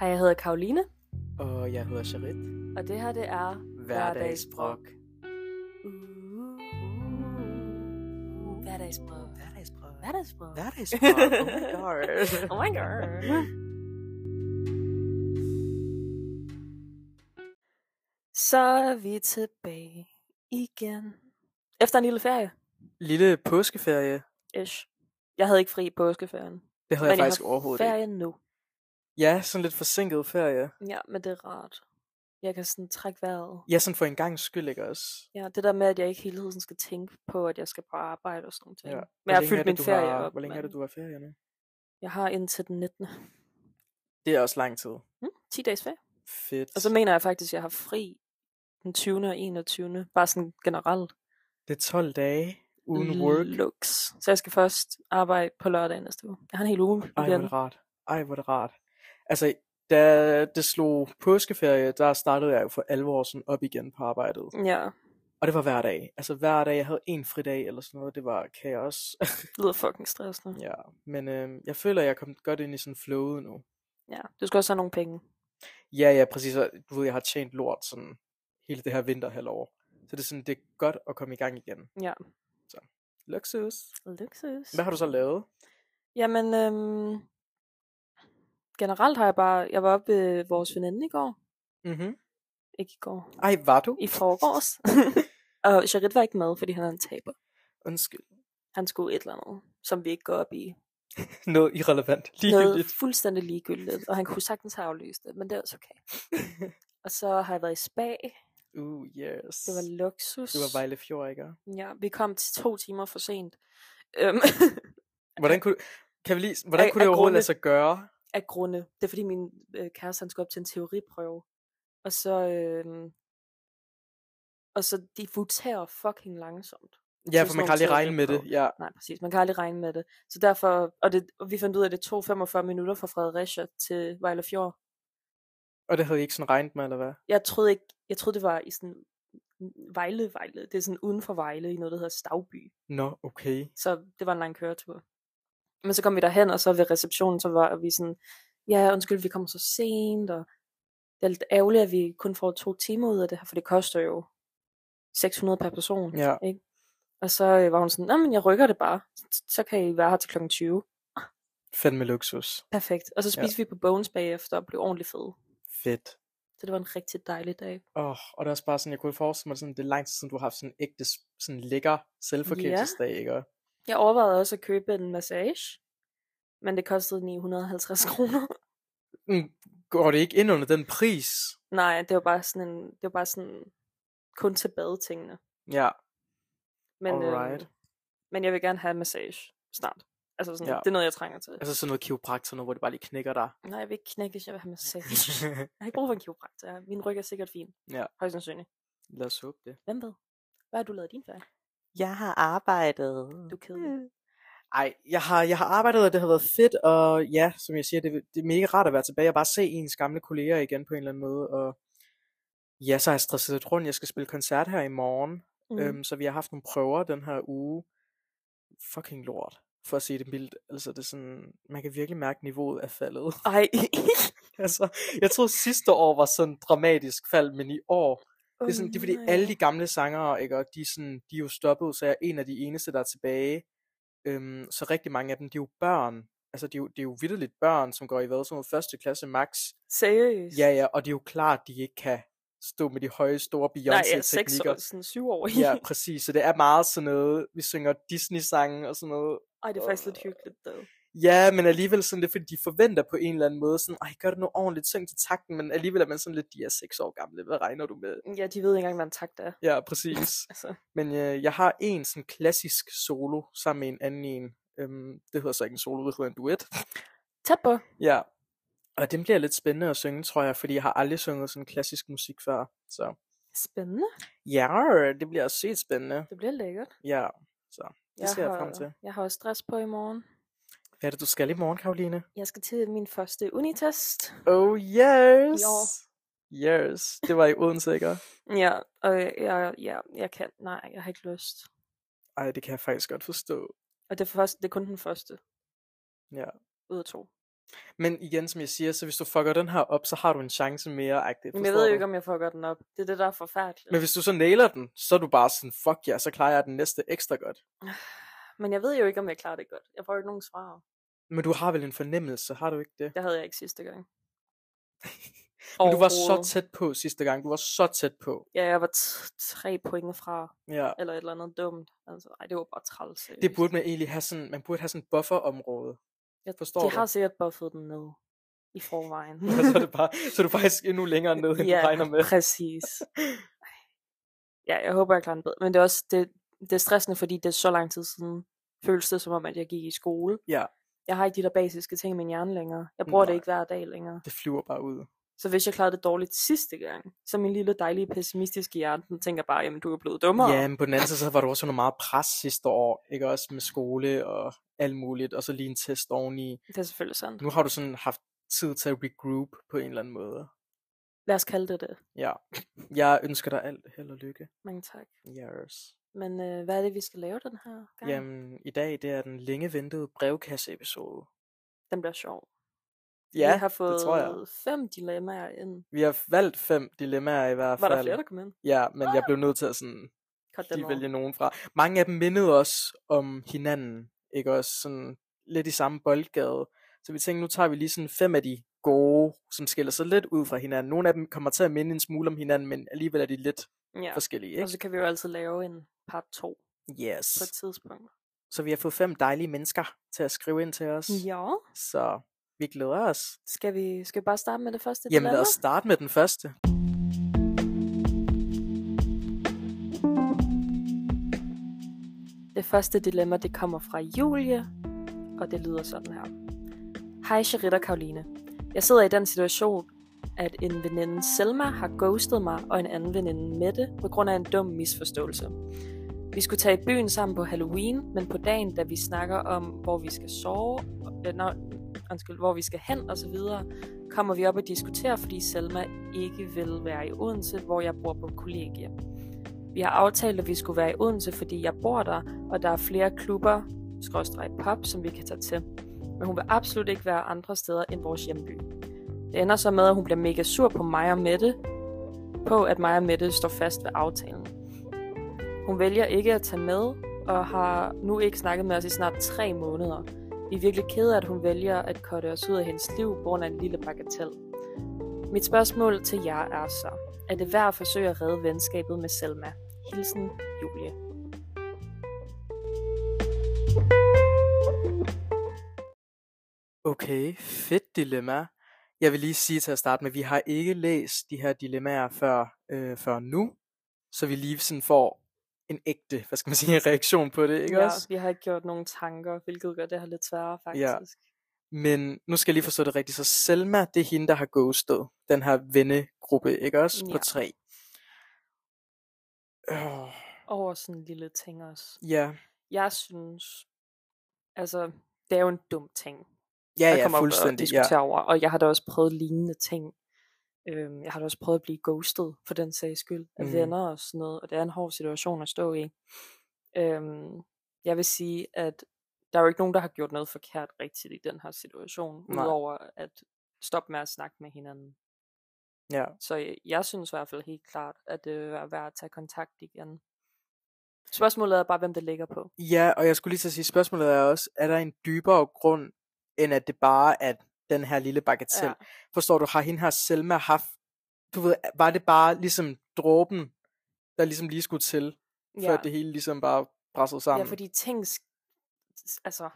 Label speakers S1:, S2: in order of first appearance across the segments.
S1: Og jeg hedder Karoline,
S2: Og jeg hedder Charit.
S1: og det her det er...
S2: Hverdagsbrok.
S1: Uh, Hverdagsbrød.
S2: Hverdagsbrok.
S1: Hverdagsbrød.
S2: Hverdagsbrok. Oh
S1: Oh
S2: my god.
S1: my god. Så er vi tilbage igen. Efter en lille ferie,
S2: Lille påskeferie.
S1: ish. Jeg havde ikke fri i påskeferien.
S2: Det havde jeg faktisk overhovedet ikke.
S1: ferie nu.
S2: Ja, sådan lidt forsinket ferie.
S1: Ja, men det er rart. Jeg kan sådan trække vejret.
S2: Ja, sådan for en gang skyld, ikke også?
S1: Ja, det der med, at jeg ikke hele tiden skal tænke på, at jeg skal på arbejde og sådan noget.
S2: Ja.
S1: ting.
S2: Hvor
S1: Men jeg har
S2: længe er
S1: fyldt
S2: det,
S1: min
S2: du
S1: ferie
S2: har,
S1: op.
S2: Hvor længe er
S1: mand.
S2: det, du har ferie nu?
S1: Jeg har indtil den 19.
S2: Det er også lang tid.
S1: Hmm? 10 dages ferie.
S2: Fedt.
S1: Og så mener jeg faktisk, at jeg har fri den 20. og 21. Bare sådan generelt.
S2: Det er 12 dage uden work.
S1: Lux. Så jeg skal først arbejde på lørdag næste uge. Jeg har en hel uge
S2: Ej, hvor er
S1: igen.
S2: det rart. Ej, hvor er det rart. Altså, da det slog påskeferie, der startede jeg jo for alvor sådan op igen på arbejdet.
S1: Ja,
S2: Og det var hver dag. Altså hver dag, jeg havde en fridag eller sådan noget. Det var kaos.
S1: det lyder fucking stressende.
S2: ja, men øh, jeg føler, jeg kom godt ind i sådan flowet nu.
S1: Ja, du skal også have nogle penge.
S2: Ja, ja, præcis. Og du ved, jeg har tjent lort sådan hele det her vinterhalvår. Så det er sådan, det er godt at komme i gang igen.
S1: Ja.
S2: Så, luksus.
S1: Luksus.
S2: Hvad har du så lavet?
S1: Jamen, øhm, generelt har jeg bare... Jeg var oppe ved vores veninde i går.
S2: Mhm.
S1: Ikke i går.
S2: Ej, var du?
S1: I forgårs. og Charit var ikke med, fordi han er en taber.
S2: Undskyld.
S1: Han skulle et eller andet, som vi ikke går op i.
S2: Noget irrelevant.
S1: Noget
S2: Ligegyldigt.
S1: fuldstændig ligegyldigt. Og han kunne sagtens have aflyst det, men det er også okay. Og så har jeg været i spa.
S2: Uh, yes.
S1: Det var luksus.
S2: det var Vejle Fjord, ikke?
S1: Ja, vi kom til to timer for sent. Øhm,
S2: Hvordan kunne, kan vi lige, hvordan
S1: Af-
S2: kunne det
S1: af
S2: overhovedet
S1: grunde.
S2: lade sig gøre?
S1: af grunde. Det er fordi min øh, kæreste, han skal op til en teoriprøve. Og så... Øh, og så de voterer fucking langsomt.
S2: Ja,
S1: sådan
S2: for man
S1: nogle
S2: kan aldrig regne med
S1: teoriprøver.
S2: det. Ja.
S1: Nej, præcis. Man kan aldrig regne med det. Så derfor, og, det, og vi fandt ud af, at det tog 45 minutter fra Fredericia til Vejle Fjord.
S2: Og det havde I ikke sådan regnet med, eller hvad?
S1: Jeg troede ikke, jeg troede det var i sådan Vejle, Vejle. Det er sådan uden for Vejle i noget, der hedder Stavby.
S2: Nå, okay.
S1: Så det var en lang køretur. Men så kom vi derhen, og så ved receptionen, så var vi sådan, ja, undskyld, vi kommer så sent, og det er lidt ærgerligt, at vi kun får to timer ud af det her, for det koster jo 600 per person.
S2: Ja.
S1: Ikke? Og så øh, var hun sådan, nej, men jeg rykker det bare, så kan I være her til kl. 20.
S2: Fandme luksus.
S1: Perfekt. Og så
S2: Ja.
S1: spiste ja. vi på Bones bagefter og blev ordentligt fede.
S2: Fedt.
S1: Så det var en rigtig dejlig dag.
S2: Oh, og det er også bare sådan, jeg kunne forestille mig, sådan, det er lang tid siden, du har haft sådan en ægte, s- sådan lækker selvforkælelsesdag, ikke? Og-
S1: Jeg overvejede også at købe en massage, men det kostede 950 kroner.
S2: Mm, Går det ikke ind under den pris?
S1: Nej, det var bare sådan en, det var bare sådan kun til badetingene.
S2: Ja,
S1: Men, øhm,
S2: Alright.
S1: men jeg vil gerne have en massage snart. Altså sådan,
S2: Ja.
S1: ja. det er noget, jeg trænger til.
S2: altså sådan noget kiropraktor, noget, hvor det bare lige knækker dig.
S1: Nej, jeg vil ikke knække, hvis jeg vil have massage. jeg har ikke brug for en kiropraktor. Min ryg er sikkert fin.
S2: Ja.
S1: Højst sandsynligt.
S2: Lad os håbe det.
S1: Hvem ved? Hvad har du lavet i din ferie?
S2: Jeg har arbejdet. Øh.
S1: Du er kedelig.
S2: Ej, jeg har, jeg har arbejdet, og det har været fedt, og ja, som jeg siger, det, det er mega rart at være tilbage og bare se ens gamle kolleger igen på en eller anden måde, og ja, så har jeg stresset lidt rundt, jeg skal spille koncert her i morgen,
S1: Mm.
S2: mm. øhm, så vi har haft nogle prøver den her uge, fucking lort, for at sige det mildt, altså det er sådan, man kan virkelig mærke, at niveauet er faldet,
S1: Ej.
S2: altså, jeg troede sidste år var sådan et dramatisk fald, men i år, det er, sådan, det er fordi alle de gamle sangere, ikke, og de, er sådan, de er jo stoppet, så jeg er en af de eneste, der er tilbage. Øhm, så rigtig mange af dem, de er jo børn. Altså, det er jo, det er jo vitterligt børn, som går i hvad, sådan noget første klasse max.
S1: Seriøst?
S2: Ja, ja, og det er jo klart, de ikke kan stå med de høje, store
S1: Nej, ja, seks
S2: Beyoncé-teknikker.
S1: år, sådan syv år.
S2: ja, præcis. Så det er meget sådan noget, vi synger Disney-sange og sådan noget.
S1: Ej, det er faktisk lidt hyggeligt, dog.
S2: Ja, men alligevel sådan lidt, fordi de forventer på en eller anden måde, sådan, ej, gør det nu ordentligt, syng til takten, men alligevel er man sådan lidt, de er seks år gamle, hvad regner du med?
S1: Ja, de ved ikke engang, hvad en takt er.
S2: Ja, præcis.
S1: Altså,
S2: Men øh, jeg har en sådan klassisk solo sammen med en anden en. Øhm, det hedder så ikke en solo, det hedder en duet.
S1: tæt på.
S2: ja. Og den bliver lidt spændende at synge, tror jeg, fordi jeg har aldrig sunget sådan klassisk musik før. Så
S1: Spændende.
S2: ja, det bliver sygt spændende.
S1: Det bliver lækkert.
S2: Ja, så det ser jeg frem til.
S1: Jeg har også stress på i morgen.
S2: Hvad er det, du skal i morgen, Karoline?
S1: Jeg skal til min første unitest.
S2: Oh yes!
S1: I år.
S2: Yes, det var i Odense, ikke?
S1: Ja, og jeg, jeg, jeg, jeg kan. Nej, jeg har ikke lyst.
S2: Ej, det kan jeg faktisk godt forstå.
S1: Og det er, først, det er kun den første
S2: Ja.
S1: ud af to.
S2: Men igen, som jeg siger, så hvis du fucker den her op, så har du en chance mere. Agtigt,
S1: Men jeg ved jo ikke, om jeg fucker den op. Det er det, der er forfærdeligt.
S2: Men
S1: Men,
S2: hvis du så nailer den, så er du bare sådan, fuck ja, så klarer jeg den næste ekstra godt.
S1: Men jeg ved jo ikke, om jeg klarer det godt. Jeg får jo ikke nogen svar.
S2: Men du har vel en fornemmelse, har du ikke det?
S1: Det havde jeg ikke sidste gang.
S2: Men du var så
S1: Overhovedet.
S2: tæt på sidste gang, du var så tæt på.
S1: Ja, jeg var t- tre point fra,
S2: Ja.
S1: eller et eller andet dumt. Altså, ej, det var bare træls.
S2: Det burde man egentlig have sådan, man burde have sådan et bufferområde.
S1: jeg
S2: forstår
S1: De
S2: det.
S1: har sikkert buffet den ned i forvejen.
S2: Og så er, det bare, så er du faktisk endnu længere nede, end du regner med.
S1: præcis. Ej. Ja, jeg håber, jeg klarer den bedre. Men det er også det, det er stressende, fordi det er så lang tid siden. Føles det som om, at jeg gik i skole.
S2: Ja.
S1: Jeg har ikke de der basiske ting i min hjerne længere. Jeg bruger det
S2: Nej.
S1: ikke hver dag længere.
S2: Det flyver bare ud.
S1: Så hvis jeg klarede det dårligt sidste gang, så min lille dejlige pessimistiske hjerne, den tænker bare, jamen du er blevet dummere.
S2: Ja, men på den anden side, så var der også noget meget pres sidste år, ikke også med skole og alt muligt, og så lige en test oveni.
S1: Det er selvfølgelig sandt.
S2: Nu har du sådan haft tid til at regroup på en eller anden måde.
S1: Lad os kalde det det.
S2: Ja, jeg ønsker dig alt held og lykke.
S1: Mange tak.
S2: Yes.
S1: Men øh, hvad er det, vi skal lave den her gang?
S2: Jamen, i dag, det er den længe ventede brevkasse-episode.
S1: Den bliver sjov.
S2: Ja,
S1: vi har fået
S2: det tror jeg.
S1: fem dilemmaer ind.
S2: Vi har valgt fem dilemmaer i hvert
S1: Var
S2: fald.
S1: der flere, der Ah! kom ind?
S2: Ja, men jeg blev nødt til at sådan
S1: Cut den
S2: lige
S1: over.
S2: vælge nogen fra. Mange af dem mindede os om hinanden, ikke også? Sådan lidt i samme boldgade. Så vi tænkte, nu tager vi lige sådan fem af de gode, som skiller sig lidt ud fra hinanden. Nogle af dem kommer til at minde en smule om hinanden, men alligevel er de lidt
S1: Ja.
S2: forskellige,
S1: Og
S2: ikke?
S1: så kan vi jo altid lave en part 2 på et
S2: Yes.
S1: tidspunkt.
S2: Så vi har fået fem dejlige mennesker til at skrive ind til os.
S1: Ja.
S2: Så vi glæder os.
S1: Skal vi, skal vi bare starte med det første
S2: Jamen lad
S1: dilemma?
S2: os starte med den første.
S1: Det første dilemma, det kommer fra Julie, og det lyder sådan her. Hej Charita og Karoline. Jeg sidder i den situation, at en veninde Selma har ghostet mig og en anden veninde Mette på grund af en dum misforståelse. Vi skulle tage i byen sammen på Halloween, men på dagen, da vi snakker om, hvor vi skal sove, øh, nå, undskyld, hvor vi skal hen osv., kommer vi op og diskuterer, fordi Selma ikke vil være i Odense, hvor jeg bor på kollegie. Vi har aftalt, at vi skulle være i Odense, fordi jeg bor der, og der er flere klubber, skråstreg pop, som vi kan tage til. Men hun vil absolut ikke være andre steder end vores hjemby. Det ender så med, at hun bliver mega sur på mig og Mette, på at mig og Mette står fast ved aftalen. Hun vælger ikke at tage med, og har nu ikke snakket med os i snart tre måneder. Vi er virkelig kede af, at hun vælger at korte os ud af hendes liv på grund af en lille bagatel. Mit spørgsmål til jer er så, er det værd at forsøge at redde venskabet med Selma? Hilsen, Julie.
S2: Okay, fedt dilemma. Jeg vil lige sige til at starte med, at vi har ikke læst de her dilemmaer før, øh, før nu, så vi lige sådan får en ægte, hvad skal man sige, en reaktion på det, ikke
S1: ja,
S2: også?
S1: vi har ikke gjort nogen tanker, hvilket gør det her lidt sværere
S2: Ja.
S1: faktisk.
S2: Men nu skal jeg lige forstå det rigtigt. Så Selma, det er hende, der har ghostet den her vennegruppe, ikke også? På
S1: Ja.
S2: tre. Øh,
S1: Over sådan en lille ting også.
S2: ja,
S1: Jeg synes, altså, det er jo en dum ting,
S2: ja,
S1: der
S2: ja,
S1: kommer op og
S2: fuldstændig. Ja.
S1: diskuterer over. Og jeg har da også prøvet lignende ting. Øhm, jeg har da også prøvet at blive ghostet, for den sags skyld, af
S2: Mhm.
S1: mm. venner og sådan noget. Og det er en hård situation at stå i. Øhm, jeg vil sige, at der er jo ikke nogen, der har gjort noget forkert rigtigt i den her situation,
S2: Nej.
S1: udover at stoppe med at snakke med hinanden.
S2: ja.
S1: Så jeg, jeg synes i hvert fald helt klart, at det er værd at tage kontakt igen. Spørgsmålet er bare, hvem det ligger på.
S2: Ja, og jeg skulle lige til at sige, spørgsmålet er også, er der en dybere grund, end at det bare er den her lille bagatel? Ja. Forstår du, har hende her Selma haft, du ved, var det bare ligesom dråben, der ligesom lige skulle til, før det hele ligesom bare pressede sammen?
S1: Ja, fordi ting... sk- Altså,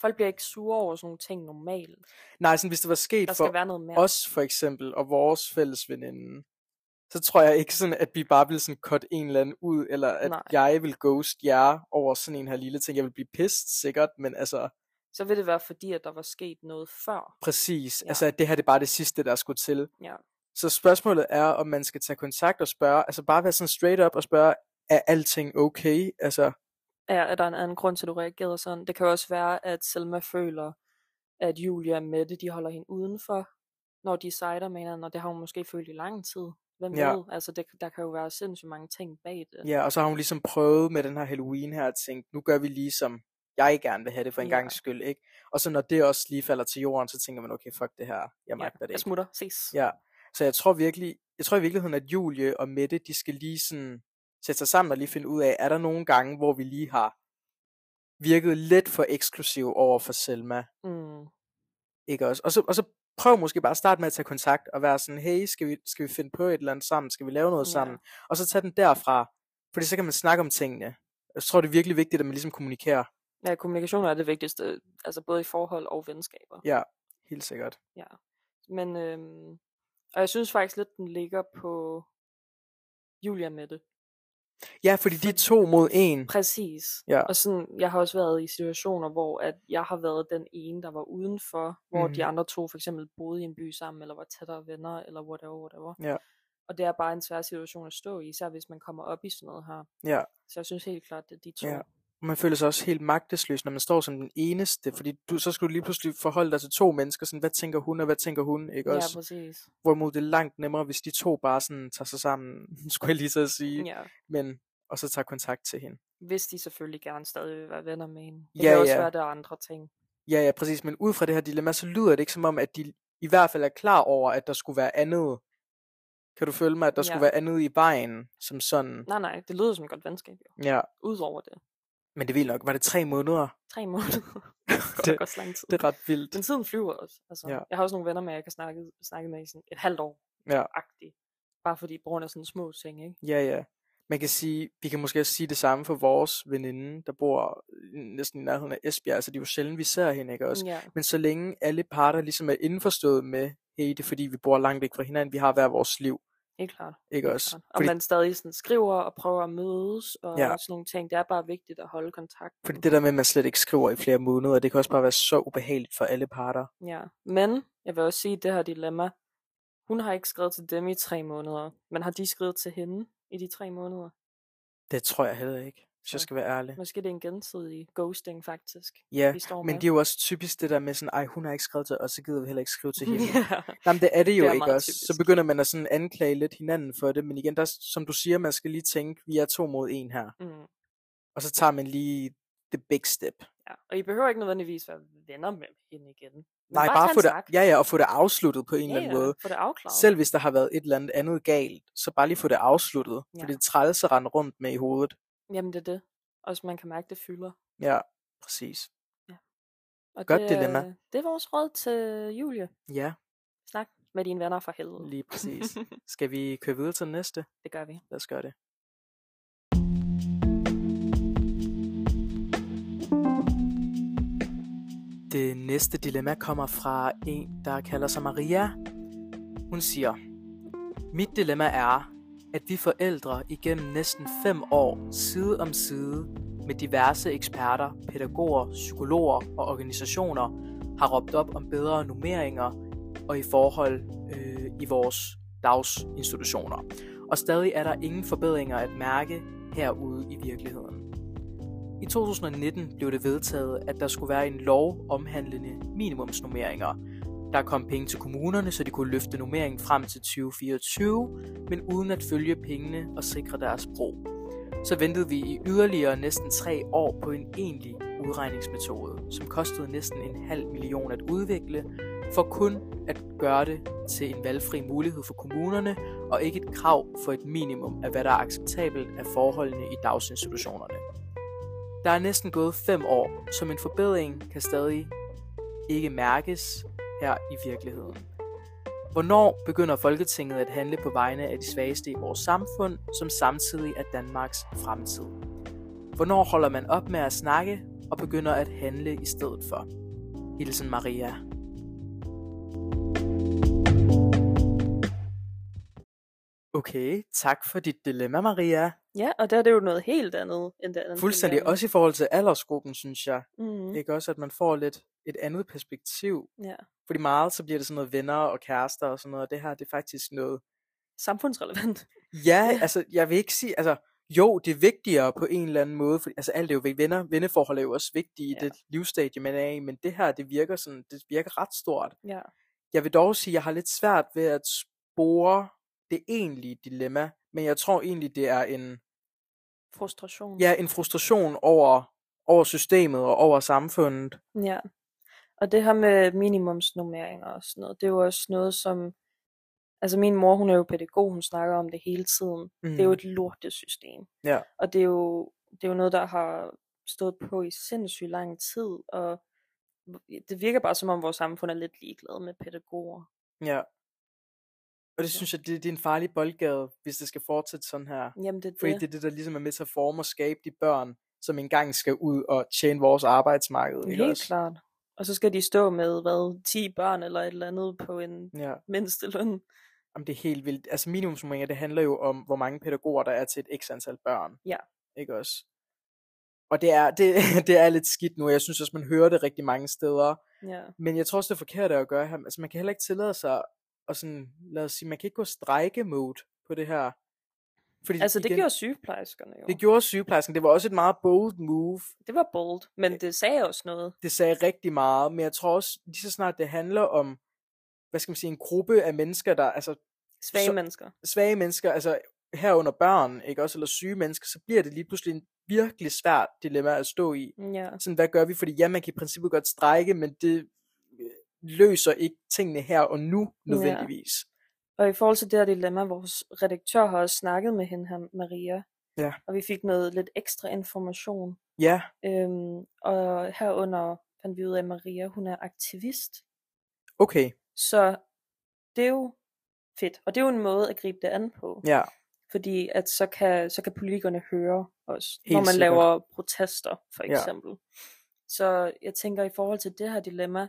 S1: folk bliver ikke sure over sådan nogle ting normalt.
S2: Nej, sådan, hvis det var sket
S1: Der
S2: for
S1: skal være noget mere.
S2: os for eksempel, og vores fælles veninde, så tror jeg ikke sådan, at vi bare ville sådan cut en eller anden ud, eller at
S1: Nej.
S2: jeg vil ghost jer over sådan en her lille ting. Jeg vil blive pissed sikkert, men altså
S1: Så vil det være fordi, at der var sket noget før.
S2: præcis,
S1: Ja.
S2: ja. altså at det her det er bare det sidste, der skulle til.
S1: Ja.
S2: Så spørgsmålet er, om man skal tage kontakt og spørge, altså bare være sådan straight up og spørge, er alting okay? Altså,
S1: Er, er der en anden grund til, at du reagerede sådan? Det kan jo også være, at Selma føler, at Julia og Mette, de holder hende udenfor, når de sejder med hinanden, og det har hun måske følt i lang tid. Hvem
S2: Ja.
S1: ved? Altså, det, der kan jo være sindssygt mange ting bag det.
S2: ja, og så har hun ligesom prøvet med den her Halloween her og tænkt, nu gør vi lige som jeg gerne vil have det for en
S1: Ja.
S2: ja. gang skyld, ikke? Og så når det også lige falder til jorden, så tænker man, okay, fuck det her, jeg magter
S1: ja, Altså, jeg
S2: det ikke.
S1: smutter. Ses.
S2: Ja. Så jeg tror virkelig, jeg tror i virkeligheden, at Julie og Mette, de skal lige sådan sætte sig sammen og lige finde ud af, er der nogle gange, hvor vi lige har virket lidt for eksklusiv over for Selma,
S1: Mm.
S2: ikke også? Og så, og så prøv måske bare at starte med at tage kontakt og være sådan, hey, skal vi, skal vi finde på et eller andet sammen? Skal vi lave noget
S1: Ja.
S2: sammen? Og så tage den derfra, fordi så kan man snakke om tingene. Jeg tror, det er virkelig vigtigt, at man ligesom kommunikerer.
S1: Ja, kommunikation er det vigtigste, altså både i forhold og venskaber.
S2: Ja, helt sikkert.
S1: Ja. Men, øhm, og jeg synes faktisk lidt, den ligger på Julia med det.
S2: Ja, fordi de er to mod en.
S1: Præcis.
S2: Ja.
S1: Og sådan, jeg har også været i situationer, hvor at jeg har været den ene, der var udenfor, hvor mm. de
S2: Mhm.
S1: andre to for eksempel boede i en by sammen, eller var tættere venner, eller whatever, whatever.
S2: Ja.
S1: Og det er bare en svær situation at stå i, især hvis man kommer op i sådan noget her.
S2: Ja.
S1: Så jeg synes helt klart, at de to...
S2: Ja. Man føler sig også helt magtesløs, når man står som den eneste, fordi du, så skulle du lige pludselig forholde dig til to mennesker, sådan, hvad tænker hun, og hvad tænker hun, ikke
S1: ja
S2: også?
S1: præcis.
S2: Hvorimod det er langt nemmere, hvis de to bare sådan tager sig sammen, skulle jeg lige så sige,
S1: Ja.
S2: men, og så tager kontakt til hende.
S1: Hvis de selvfølgelig gerne stadig vil være venner med hende. Det
S2: Ja,
S1: kan også
S2: ja.
S1: være, der er andre ting.
S2: Ja, ja, præcis. Men ud fra det her dilemma, så lyder det ikke som om, at de i hvert fald er klar over, at der skulle være andet. Kan du følge mig, at der ja.
S1: Ja.
S2: skulle være andet i vejen, som sådan?
S1: Nej, nej, det lyder som et godt venskab, jo.
S2: Ja,
S1: Udover det.
S2: men det er vildt nok. Var det tre måneder?
S1: Tre måneder. det er
S2: Det-
S1: godt lang tid.
S2: Det er ret vildt.
S1: Men tiden flyver også. Altså, ja.
S2: Ja.
S1: Jeg har også nogle venner med, jeg kan snakke, snakke med i sådan et halvt år.
S2: Ja.
S1: Agtigt. Bare fordi på grund af sådan små ting, ikke?
S2: Ja, ja. Man kan sige, vi kan måske også sige det samme for vores veninde, der bor næsten i nærheden af Esbjerg, altså det er jo sjældent, vi ser hende, ikke også?
S1: Ja,
S2: Men så længe alle parter ligesom er indforstået med, hey, det er fordi, vi bor langt væk fra hinanden, vi har hver vores liv,
S1: helt klart.
S2: ikke
S1: helt
S2: også?
S1: klart. Og man stadig sådan skriver og prøver at mødes og ja.
S2: Ja.
S1: sådan nogle ting. Det er bare vigtigt at holde kontakt.
S2: Fordi det der med, at man slet ikke skriver i flere måneder, det kan også bare være så ubehageligt for alle parter.
S1: Ja. Men jeg vil også sige, at det her dilemma, hun har ikke skrevet til dem i tre måneder, men har de skrevet til hende i de tre måneder?
S2: Det tror jeg heller ikke, hvis jeg
S1: Så-
S2: skal være ærlig.
S1: Måske det er en gensidig ghosting, faktisk.
S2: Ja,
S1: vi står
S2: men
S1: med.
S2: det er jo også typisk det der med sådan, ej, hun har ikke skrevet til os, så gider vi heller ikke skrive til hende.
S1: ja.
S2: Jamen, det er det jo
S1: Det er
S2: det ikke
S1: meget
S2: også. Så
S1: typisk.
S2: begynder man at sådan anklage lidt hinanden for det, men igen, der, er s- som du siger, man skal lige tænke, vi er to mod en her.
S1: Mm.
S2: Og så tager man lige the big step.
S1: Ja, og I behøver ikke nødvendigvis være venner med hende igen. Men
S2: Nej, bare
S1: tage
S2: få
S1: en
S2: det,
S1: snak.
S2: ja, ja, og få det afsluttet på en eller anden måde.
S1: få det afklaret.
S2: Selv hvis der har været et eller andet andet galt, så bare lige få det afsluttet.
S1: Ja.
S2: Ja. Fordi det er træls at rende rundt med i hovedet.
S1: Jamen, det er det. Også man kan mærke, det fylder.
S2: Ja, præcis.
S1: Og
S2: Godt
S1: det,
S2: dilemma.
S1: er- Det er vores råd til Julie.
S2: Ja,
S1: Snak med dine venner for helvede.
S2: lige præcis. Skal vi køre videre til den næste?
S1: Det gør vi.
S2: Lad os gøre det. Det næste dilemma kommer fra en, der kalder sig Maria. Hun siger, Mit dilemma er, at vi forældre igennem næsten fem år side om side med diverse eksperter, pædagoger, psykologer og organisationer har råbt op om bedre normeringer og i forhold øh, i vores daginstitutioner og stadig er der ingen forbedringer at mærke herude i virkeligheden. I 2019 blev det vedtaget, at der skulle være en lov omhandlende minimumsnummeringer. Der kom penge til kommunerne, så de kunne løfte nummeringen frem til 2024, men uden at følge pengene og sikre deres brug. Så ventede vi i yderligere næsten tre år på en egentlig udregningsmetode, som kostede næsten en halv million at udvikle, for kun at gøre det til en valgfri mulighed for kommunerne, og ikke et krav for et minimum af, hvad der er acceptabelt af forholdene i daginstitutionerne. Der er næsten gået fem år, som en forbedring kan stadig ikke mærkes her i virkeligheden. Hvornår begynder Folketinget at handle på vegne af de svageste i vores samfund, som samtidig er Danmarks fremtid? Hvornår holder man op med at snakke og begynder at handle i stedet for? Hilsen Maria. Okay, tak for dit dilemma, Maria.
S1: Ja, og der er det jo noget helt andet end det andet.
S2: Fuldstændig.
S1: dilemma.
S2: Også i forhold til aldersgruppen, synes jeg.
S1: Mm.
S2: Ikke også, at man får lidt et andet perspektiv.
S1: Ja.
S2: Fordi meget, så bliver det sådan noget venner og kærester og sådan noget. Og det her, det er faktisk noget...
S1: Samfundsrelevant.
S2: Ja, altså, jeg vil ikke sige... Altså, jo, det er vigtigere på en eller anden måde. For, altså, alt er jo vigt- venner. Venneforhold er jo også vigtige i
S1: Ja.
S2: ja. det livsstadie, man er i. Men det her, det virker, sådan, det virker ret stort.
S1: Ja.
S2: Jeg vil dog sige, at jeg har lidt svært ved at spore det egentlige dilemma. Men jeg tror egentlig, det er en...
S1: Frustration.
S2: Ja, en frustration over over systemet og over samfundet.
S1: Ja. Og det her med minimumsnummeringer og sådan noget, det er jo også noget, som... Altså min mor, hun er jo pædagog, hun snakker om det hele tiden. Mm. Det er jo et lortesystem.
S2: Ja.
S1: Og det er, jo, det er jo noget, der har stået på i sindssygt lang tid, og det virker bare som om vores samfund er lidt ligeglad med pædagoger.
S2: Ja. Og det synes jeg, det, det er en farlig boldgade, hvis det skal fortsætte sådan her.
S1: Jamen det er
S2: Fordi det er det, der ligesom er med til at forme og skabe de børn, som engang skal ud og tjene vores arbejdsmarked.
S1: Helt klart. Og så skal de stå med, hvad, 10 børn eller et eller andet på en
S2: Ja.
S1: mindsteløn.
S2: Jamen, det er helt vildt. Altså minimumsnummeringer, det handler jo om, hvor mange pædagoger der er til et x antal børn.
S1: Ja.
S2: Ikke også? Og det er, det, det er lidt skidt nu, og jeg synes også, man hører det rigtig mange steder.
S1: Ja.
S2: Men jeg tror også, det er forkert at gøre her. Altså, man kan heller ikke tillade sig at sådan, lad os sige, man kan ikke gå strejkemode på det her. Fordi
S1: Altså det
S2: igen,
S1: gjorde sygeplejerskerne jo.
S2: det gjorde sygeplejersken. Det var også et meget bold move.
S1: Det var bold, men det sagde også noget.
S2: Det sagde rigtig meget, men jeg tror også, lige så snart det handler om, hvad skal man sige, en gruppe af mennesker, der, altså
S1: Svage
S2: Så-
S1: så... mennesker.
S2: svage mennesker, altså herunder børn, ikke også, eller syge mennesker, så bliver det lige pludselig en virkelig svært dilemma at stå i.
S1: Mm, Ja.
S2: Sådan, hvad gør vi? Fordi ja, man kan i princippet godt strække, men det øh, løser ikke tingene her og nu nødvendigvis.
S1: Og i forhold til det her dilemma, vores redaktør har også snakket med hende her, Maria.
S2: Ja.
S1: Og vi fik noget lidt ekstra information.
S2: Ja,
S1: Øhm, og herunder fandt vi ud af, at Maria, hun er aktivist.
S2: okay,
S1: Så det er jo fedt. Og det er jo en måde at gribe det an på.
S2: ja,
S1: Fordi at så kan, så kan politikerne høre os,
S2: Helt
S1: når man
S2: sikkert.
S1: laver protester, for
S2: Ja.
S1: eksempel. Ja. Så jeg tænker, i forhold til det her dilemma,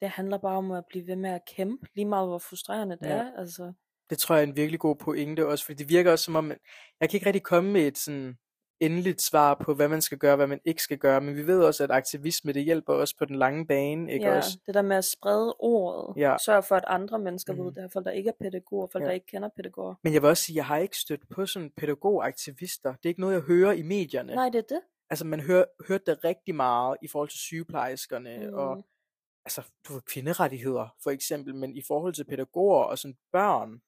S1: det handler bare om at blive ved med at kæmpe, lige meget hvor frustrerende det
S2: Ja.
S1: ja. er. Altså,
S2: det tror jeg er en virkelig god pointe også, fordi det virker også som om, jeg kan ikke rigtig komme med et sådan endeligt svar på, hvad man skal gøre, hvad man ikke skal gøre, men vi ved også, at aktivisme, det hjælper også på den lange bane, ikke
S1: ja,
S2: også?
S1: det der med at sprede ordet,
S2: Ja.
S1: sørg for, at andre mennesker mm. ved
S2: Mhm.
S1: det her, folk der ikke er pædagoger, folk
S2: Ja.
S1: ja. der ikke kender pædagoger.
S2: Men jeg vil også sige, jeg har ikke stødt på sådan pædagogaktivister. Det er ikke noget, jeg hører i medierne.
S1: Nej, det er det.
S2: Altså, man hører, hørte det rigtig meget i forhold til sygeplejerskerne mm. og altså, du ved, kvinderettigheder, for eksempel. Men i forhold til pædagoger og sådan børn,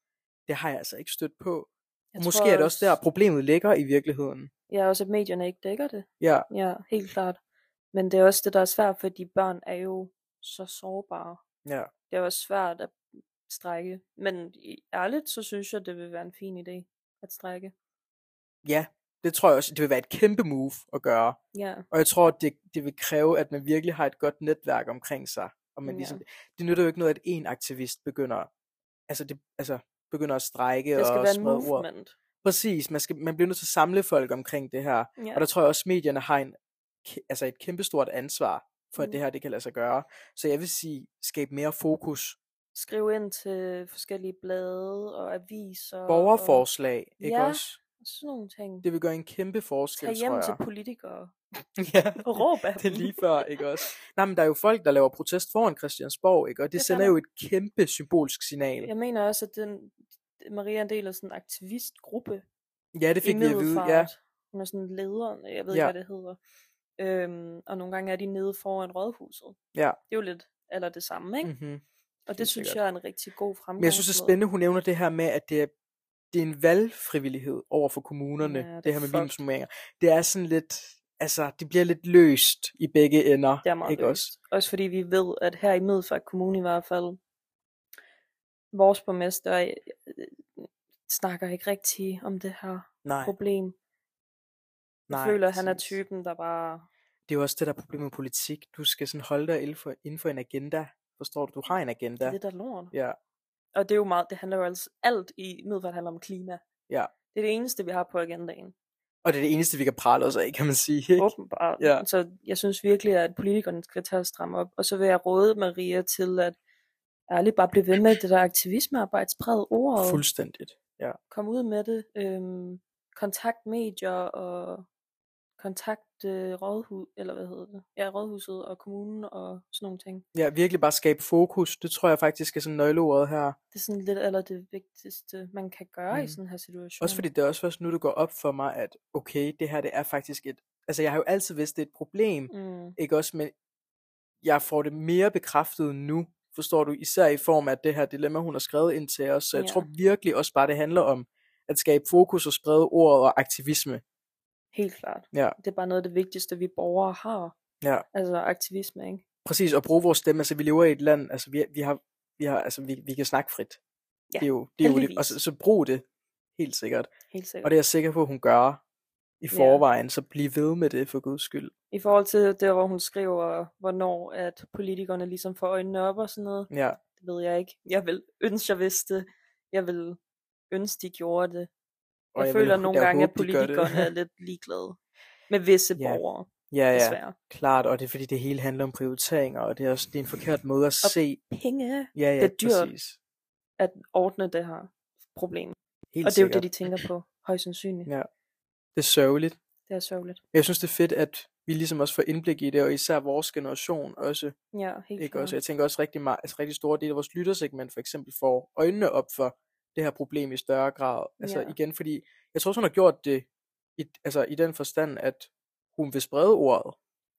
S2: det har jeg altså ikke stødt på.
S1: Jeg
S2: Og måske
S1: tror
S2: er det også der, problemet ligger i virkeligheden.
S1: Ja, også at medierne ikke dækker det.
S2: Ja,
S1: Ja, helt klart. Men det er også det, der er svært, fordi børn er jo så sårbare.
S2: ja.
S1: det er også svært at strække. Men i- ærligt, så synes jeg, det vil være en fin idé at strække.
S2: Ja, det tror jeg også, det vil være et kæmpe move at gøre.
S1: Ja,
S2: Og jeg tror, det, det vil kræve, at man virkelig har et godt netværk omkring sig. Og man
S1: Ja.
S2: ligesom, det nytter jo ikke noget, at en aktivist begynder, altså det, altså begynder at strække
S1: det skal
S2: og
S1: være en
S2: sprede ord.
S1: movement.
S2: Præcis, man, skal, man bliver nødt til at samle folk omkring det her.
S1: Ja.
S2: Og der tror jeg også, at medierne har en, kæ- altså et kæmpestort ansvar for, at det
S1: Mm.
S2: her det kan lade sig gøre. Så jeg vil sige, skab mere fokus.
S1: Skrive ind til forskellige blade og aviser.
S2: Borgerforslag, ikke
S1: Ja.
S2: også?
S1: Og sådan nogle ting.
S2: Det vil gøre en kæmpe forskel,
S1: Tag hjem
S2: tror jeg.
S1: til politikere
S2: ja.
S1: og råb af
S2: Det er
S1: dem.
S2: lige før, ikke også? Nej, men der er jo folk, der laver protest foran Christiansborg, ikke? Og det, det
S1: Det
S2: sender
S1: fandme-
S2: jo et kæmpe symbolsk signal.
S1: Jeg mener også, at den, Maria er en del af sådan en aktivistgruppe
S2: Ja, det
S1: i
S2: fik vi at vide, ja.
S1: Middelfart. Hun er sådan lederen, jeg ved
S2: Ja.
S1: ikke, hvad det hedder. Øhm, og nogle gange er de nede foran rådhuset.
S2: Ja.
S1: Det er jo lidt eller det samme, ikke? Mm.
S2: Mm-hmm.
S1: Og det
S2: helt
S1: synes
S2: sikkert.
S1: jeg er en rigtig god fremgang.
S2: Men jeg synes, det er spændende, hun nævner det her med, at det er, det er en valgfrivillighed over for kommunerne,
S1: Ja, det
S2: det,
S1: er
S2: det her med
S1: fucked.
S2: minimumsnormeringer. Det er sådan lidt, altså, det bliver lidt løst i begge ender,
S1: Det er meget
S2: ikke
S1: ikke
S2: også?
S1: også? også fordi vi ved, at her i Middelfart Kommune i hvert fald, vores borgmester øh, øh, snakker ikke rigtig om det her
S2: Nej,
S1: problem. Jeg
S2: nej.
S1: føler, at han er
S2: præcis.
S1: typen, der bare...
S2: Det er jo også det, der er problemet med politik. Du skal sådan holde dig inden for, inden for en agenda. Forstår du? Du har en agenda.
S1: Ja. Det der lort.
S2: Ja,
S1: Og det er jo meget... Det handler jo altså... Alt i Middelfart handler om klima.
S2: Ja.
S1: Det er det eneste, vi har på agendaen.
S2: og det er det eneste, vi kan prale os af, kan man sige. Ikke?
S1: Åbenbart.
S2: Ja.
S1: Så jeg synes virkelig, at politikerne skal tage og stramme op. Og så vil jeg råde Maria til, at ærligt bare blive ved med det der aktivismearbejde. Spred ordet.
S2: Fuldstændigt.
S1: kom ud med det. Øhm, kontakt medier og kontakt øh, rådhus, eller hvad hedder det? Ja, rådhuset og kommunen og sådan nogle ting.
S2: Ja, virkelig bare skabe fokus. Det tror jeg faktisk er sådan nøgleordet her.
S1: Det er sådan lidt eller det vigtigste, man kan gøre mm.
S2: Mm.
S1: i sådan her situation.
S2: Også fordi det er også først nu, det går op for mig, at okay, det her det er faktisk et... Altså jeg har jo altid vidst, det er et problem,
S1: Mm,
S2: ikke også? Men jeg får det mere bekræftet nu, forstår du? Især i form af det her dilemma, hun har skrevet ind til os. Så jeg
S1: Ja.
S2: tror virkelig også bare, det handler om at skabe fokus og sprede ordet og aktivisme.
S1: Helt klart.
S2: Ja.
S1: Det er bare noget af det vigtigste, vi borgere har.
S2: Ja.
S1: Altså aktivisme, ikke?
S2: Præcis, og bruge vores stemme. Altså, vi lever i et land, altså, vi, vi har, vi har, altså, vi, vi kan snakke frit.
S1: Ja,
S2: det er jo, det er jo,
S1: heldigvis.
S2: og så, så brug det, helt sikkert.
S1: Helt sikkert.
S2: Og det er jeg sikker på, at hun gør i forvejen, så bliv ved med det, for guds skyld.
S1: I forhold til der, hvor hun skriver, hvornår at politikerne ligesom får øjnene op og sådan noget,
S2: Ja,
S1: det ved jeg ikke. Jeg vil ønske, jeg vidste det. Jeg vil ønske, de gjorde det. Jeg,
S2: og
S1: jeg
S2: vil-
S1: føler nogle
S2: jeg
S1: gange,
S2: håber,
S1: at
S2: de gør det.
S1: politikerne er lidt ligeglade med visse
S2: Ja.
S1: borgere,
S2: ja, ja,
S1: desværre.
S2: klart, og det er fordi, det hele handler om prioriteringer, og det er også det er en forkert måde at
S1: Og-
S2: se.
S1: Penge
S2: Ja, ja,
S1: det er dyrt.
S2: præcis.
S1: at ordne det her problem.
S2: Helt
S1: Og det er jo det,
S2: sikkert.
S1: de tænker på, højst sandsynligt.
S2: Ja. det er sørgeligt.
S1: Det er sørgeligt.
S2: Men jeg synes, det er fedt, at vi ligesom også får indblik i det, og især vores generation også.
S1: Ja, helt
S2: Ikke
S1: klart.
S2: også? Jeg tænker også rigtig meget, altså rigtig store dele af vores lyttersegment for eksempel får øjnene op for det her problem i større grad. Altså
S1: Ja.
S2: igen, fordi jeg tror også, hun har gjort det i, altså, i den forstand, at hun vil sprede ordet.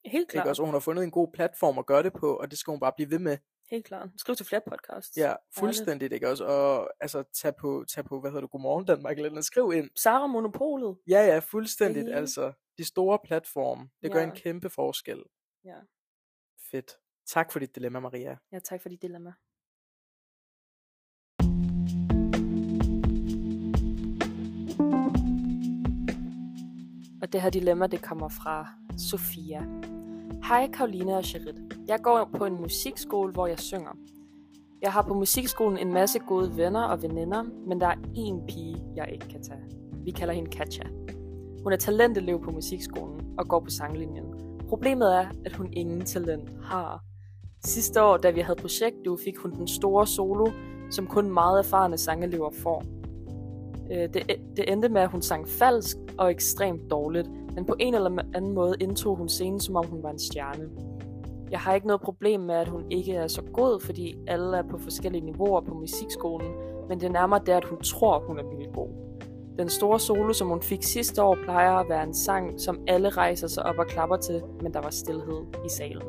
S1: Helt
S2: Ikke?
S1: klart.
S2: Også, og hun har fundet en god platform at gøre det på, og det skal hun bare blive ved med.
S1: Helt klart. Skriv til flere podcasts.
S2: Ja, fuldstændigt, ikke også? Og altså, tag på, tag på, hvad hedder du, Godmorgen Danmark, eller noget. skriv ind.
S1: Sara Monopolet.
S2: Ja, ja, fuldstændigt,
S1: hele.
S2: altså. De store platforme, det gør
S1: Ja.
S2: en kæmpe forskel.
S1: Ja.
S2: Fedt. Tak for dit dilemma, Maria.
S1: Ja, tak for dit dilemma. Og det her dilemma, det kommer fra Sofia. Hej Karoline og Sherit. Jeg går på en musikskole, hvor jeg synger. Jeg har på musikskolen en masse gode venner og veninder, men der er én pige, jeg ikke kan tage. Vi kalder hende Katja. Hun er talentelev på musikskolen og går på sanglinjen. Problemet er, at hun ingen talent har. Sidste år, da vi havde projektet, fik hun den store solo, som kun meget erfarne sangelever får. Øh, Det, det endte med, at hun sang falsk og ekstremt dårligt, men på en eller anden måde indtog hun scenen, som om hun var en stjerne. Jeg har ikke noget problem med, at hun ikke er så god, fordi alle er på forskellige niveauer på musikskolen, men det er nærmere det, at hun tror, hun er vildt god. Den store solo, som hun fik sidste år, plejer at være en sang, som alle rejser sig op og klapper til, men der var stillhed i salen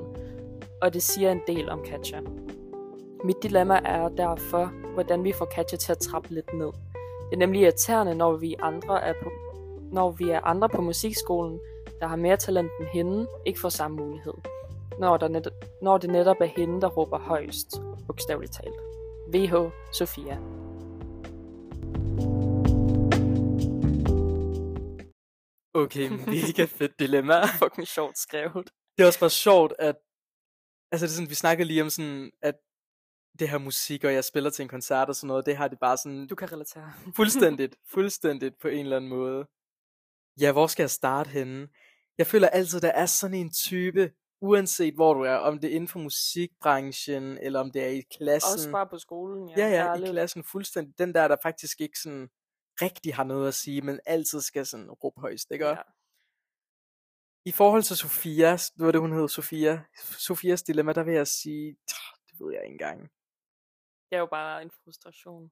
S1: og det siger en del om Katja. Mit dilemma er derfor, hvordan vi får Katja til at trappe lidt ned. Det er nemlig irriterende, når vi andre er på, når vi er andre på musikskolen, der har mere talent end hende, ikke får samme mulighed. Når, der net, når det netop er hende, der råber højst, bogstaveligt talt. VH Sofia.
S2: Okay, mega fedt dilemma.
S1: Fucking sjovt skrevet.
S2: det er også bare sjovt, at altså det er sådan, vi snakkede lige om sådan, at det her musik, og jeg spiller til en koncert og sådan noget, det har det bare sådan
S1: Du kan relatere.
S2: fuldstændigt, fuldstændigt på en eller anden måde. Ja, hvor skal jeg starte henne? Jeg føler altid, der er sådan en type, uanset hvor du er, om det er inden for musikbranchen, eller om det er i klassen.
S1: Også bare på skolen, ja.
S2: ja, ja, i
S1: Ærligt.
S2: klassen fuldstændig. Den der, der faktisk ikke sådan rigtig har noget at sige, men altid skal sådan råbe højst, ikke? Ja.
S1: Ja.
S2: I forhold til Sofia, det var det, hun hed, Sofia. Sofias dilemma, der vil jeg sige, "Tja, det ved jeg ikke engang.
S1: Det er jo bare en frustration.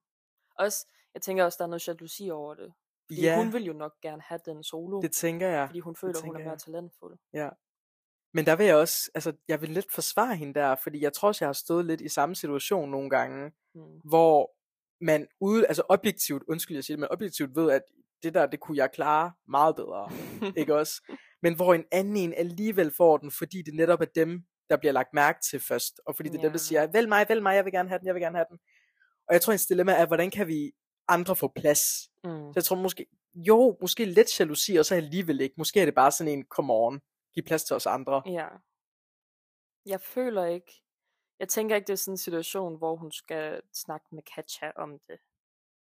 S1: Også, jeg tænker også, der er noget jalousi over det. Fordi
S2: Ja,
S1: hun vil jo nok gerne have den solo,
S2: det tænker jeg.
S1: fordi hun føler, hun
S2: tænker
S1: er
S2: jeg.
S1: mere talentfuld.
S2: Men der vil jeg også, altså, jeg vil lidt forsvare hende der, fordi jeg tror også, jeg har stået lidt i samme situation nogle gange,
S1: Mm.
S2: hvor man ude, altså objektivt, undskyld jeg siger det, men objektivt ved, at det der, det kunne jeg klare meget bedre, ikke også? Men hvor en anden en alligevel får den, fordi det netop er dem, der bliver lagt mærke til først, og fordi det er dem,
S1: Ja.
S2: der siger, vælg mig, vælg mig, jeg vil gerne have den, jeg vil gerne have den. Og jeg tror, ens dilemma er, hvordan kan vi andre få plads?
S1: Mm.
S2: Så jeg tror måske, jo, måske lidt jalousi, og så alligevel ikke. Måske er det bare sådan en, come on, giv plads til os andre.
S1: Ja. Jeg føler ikke, jeg tænker ikke, det er sådan en situation, hvor hun skal snakke med Katja om det.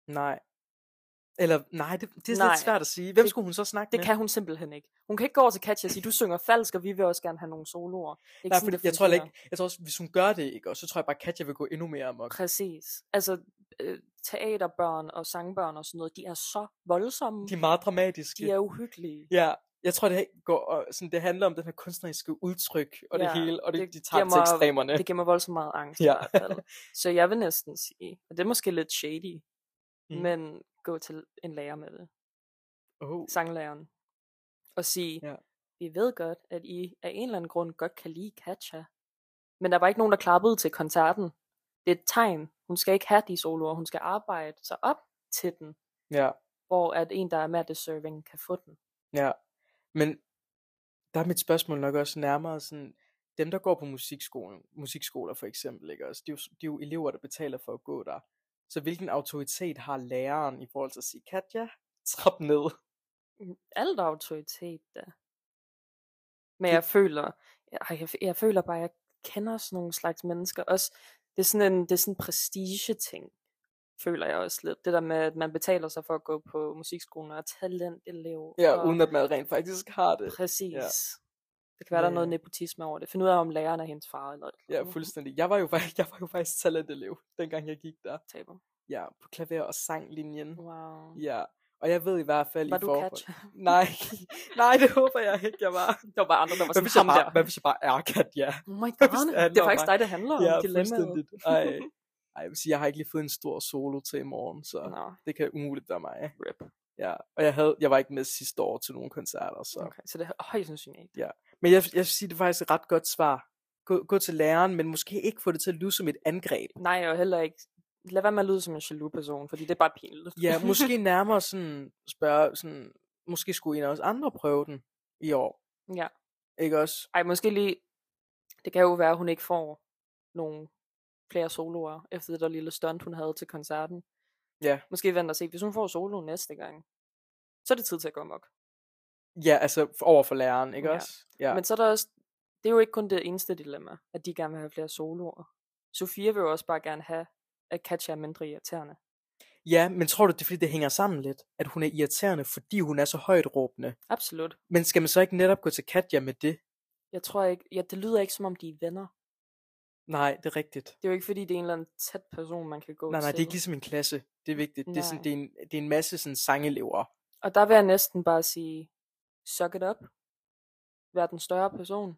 S2: Nej. Eller, nej, det, det er nej.
S1: Nej.
S2: lidt svært at sige. Hvem
S1: Det-
S2: skulle hun så snakke
S1: Det
S2: med?
S1: kan hun simpelthen ikke. Hun kan ikke gå over til Katja og sige, du synger falsk, og vi vil også gerne have nogle soloer. Det er ikke
S2: Nej,
S1: sådan,
S2: fordi
S1: det
S2: jeg tror heller
S1: fungerer.
S2: ikke, jeg tror også, hvis hun gør det, ikke, og så tror jeg bare, at Katja vil gå endnu mere amok.
S1: Præcis. Altså, øh, teaterbørn og sangbørn og sådan noget, de er så voldsomme.
S2: De er meget dramatiske.
S1: de er uhyggelige.
S2: Ja, jeg tror, det, går, og sådan, det handler om den her kunstneriske udtryk og ja, det
S1: Ja,
S2: hele, og det,
S1: det
S2: det de tager det til
S1: giver mig-
S2: ekstremerne.
S1: Det giver mig voldsomt meget angst ja.
S2: Ja.
S1: i hvert fald. Så jeg vil næsten sige, og det er måske lidt shady, mm. men gå til en lærer med det,
S2: oh.
S1: sanglæreren, og sige,
S2: Ja.
S1: ja. vi ved godt, at I af en eller anden grund godt kan lide Katja, men der var ikke nogen, der klappede til koncerten. Det er et tegn. Hun skal ikke have de soloer, hun skal arbejde sig op til den,
S2: ja,
S1: hvor at en, der er mere deserving, kan få den.
S2: ja. Men der er mit spørgsmål nok også nærmere sådan, dem der går på musikskolen, musikskoler for eksempel, ikke? Også, de, er jo, de er jo elever, der betaler for at gå der. Så hvilken autoritet har læreren i forhold til at sige, Katja, trap ned?
S1: Mm, Alt autoritet, da. Men jeg føler, jeg, jeg, jeg føler bare, at jeg kender sådan nogle slags mennesker. Også, det er sådan en, det er sådan en prestige-ting, føler jeg også lidt. Det der med, at man betaler sig for at gå på musikskolen og er talentelev.
S2: Ja,
S1: og,
S2: uden at man rent faktisk har det.
S1: Præcis.
S2: Ja.
S1: Ja. Det kan være, der er
S2: Men-
S1: noget nepotisme over det. Find ud af, om læreren er hendes far eller et
S2: Ja, fuldstændig. Jeg var jo faktisk, jeg var jo faktisk talentelev, dengang jeg gik der.
S1: Taber.
S2: Ja, på klaver- og sanglinjen.
S1: Wow.
S2: Ja, og jeg ved i hvert fald
S1: Mm. Var
S2: i
S1: du
S2: forhold...
S1: Katja?
S2: Nej, nej, det håber jeg ikke, jeg var.
S1: Der var bare andre, der var
S2: Hvad
S1: sådan
S2: hvis jeg
S1: ham
S2: bare,
S1: der.
S2: hvad hvis jeg bare er Katja?
S1: Oh my
S2: Hvad
S1: god,
S2: hvis det
S1: det,
S2: handler
S1: er
S2: om
S1: faktisk
S2: mig?
S1: dig, det handler om.
S2: Ja,
S1: dilemmaet.
S2: fuldstændigt. Ej, ej, jeg vil sige, jeg har ikke lige fået en stor solo til i morgen, så
S1: Nå,
S2: det kan umuligt være mig.
S1: rip.
S2: Ja, og jeg, havde, jeg var ikke med sidste år til nogle koncerter, så...
S1: Okay, så det er højst sandsynligt.
S2: Men jeg, jeg vil sige, det er faktisk et ret godt svar. Gå, gå til læreren, men måske ikke få det til at lyde som et angreb.
S1: Nej, og heller ikke. Lad være med at lyde som en jaloux person, fordi det er bare pinligt.
S2: Ja, måske nærmere sådan spørge, sådan, måske skulle en af os andre prøve den i år.
S1: ja.
S2: Ikke også?
S1: Ej, måske lige... Det kan jo være, at hun ikke får nogle flere soloer, efter det der lille stunt, hun havde til koncerten.
S2: Ja.
S1: Måske vente og se. Hvis hun får solo næste gang, så er det tid til at gå amok.
S2: Ja, altså over for læreren, ikke
S1: Ja.
S2: også? Ja.
S1: Ja. Men så er der også... Det er jo ikke kun det eneste dilemma, at de gerne vil have flere soloer. Sofia vil jo også bare gerne have, at Katja er mindre irriterende.
S2: ja, men tror du, det er fordi, det hænger sammen lidt? At hun er irriterende, fordi hun er så højt råbende.
S1: Absolut.
S2: Men skal man så ikke netop gå til Katja med det?
S1: Jeg tror ikke... Ja, det lyder ikke, som om de er venner.
S2: Nej, det er rigtigt.
S1: Det er jo ikke, fordi det er en eller anden tæt person, man kan gå
S2: Nej, nej,
S1: til.
S2: det er ikke ligesom en klasse. Det er vigtigt. Det er, sådan,
S1: Nej.
S2: det er, en, det er en masse sådan, sangelever.
S1: Og der vil jeg næsten bare sige, suck it up. Vær den større person,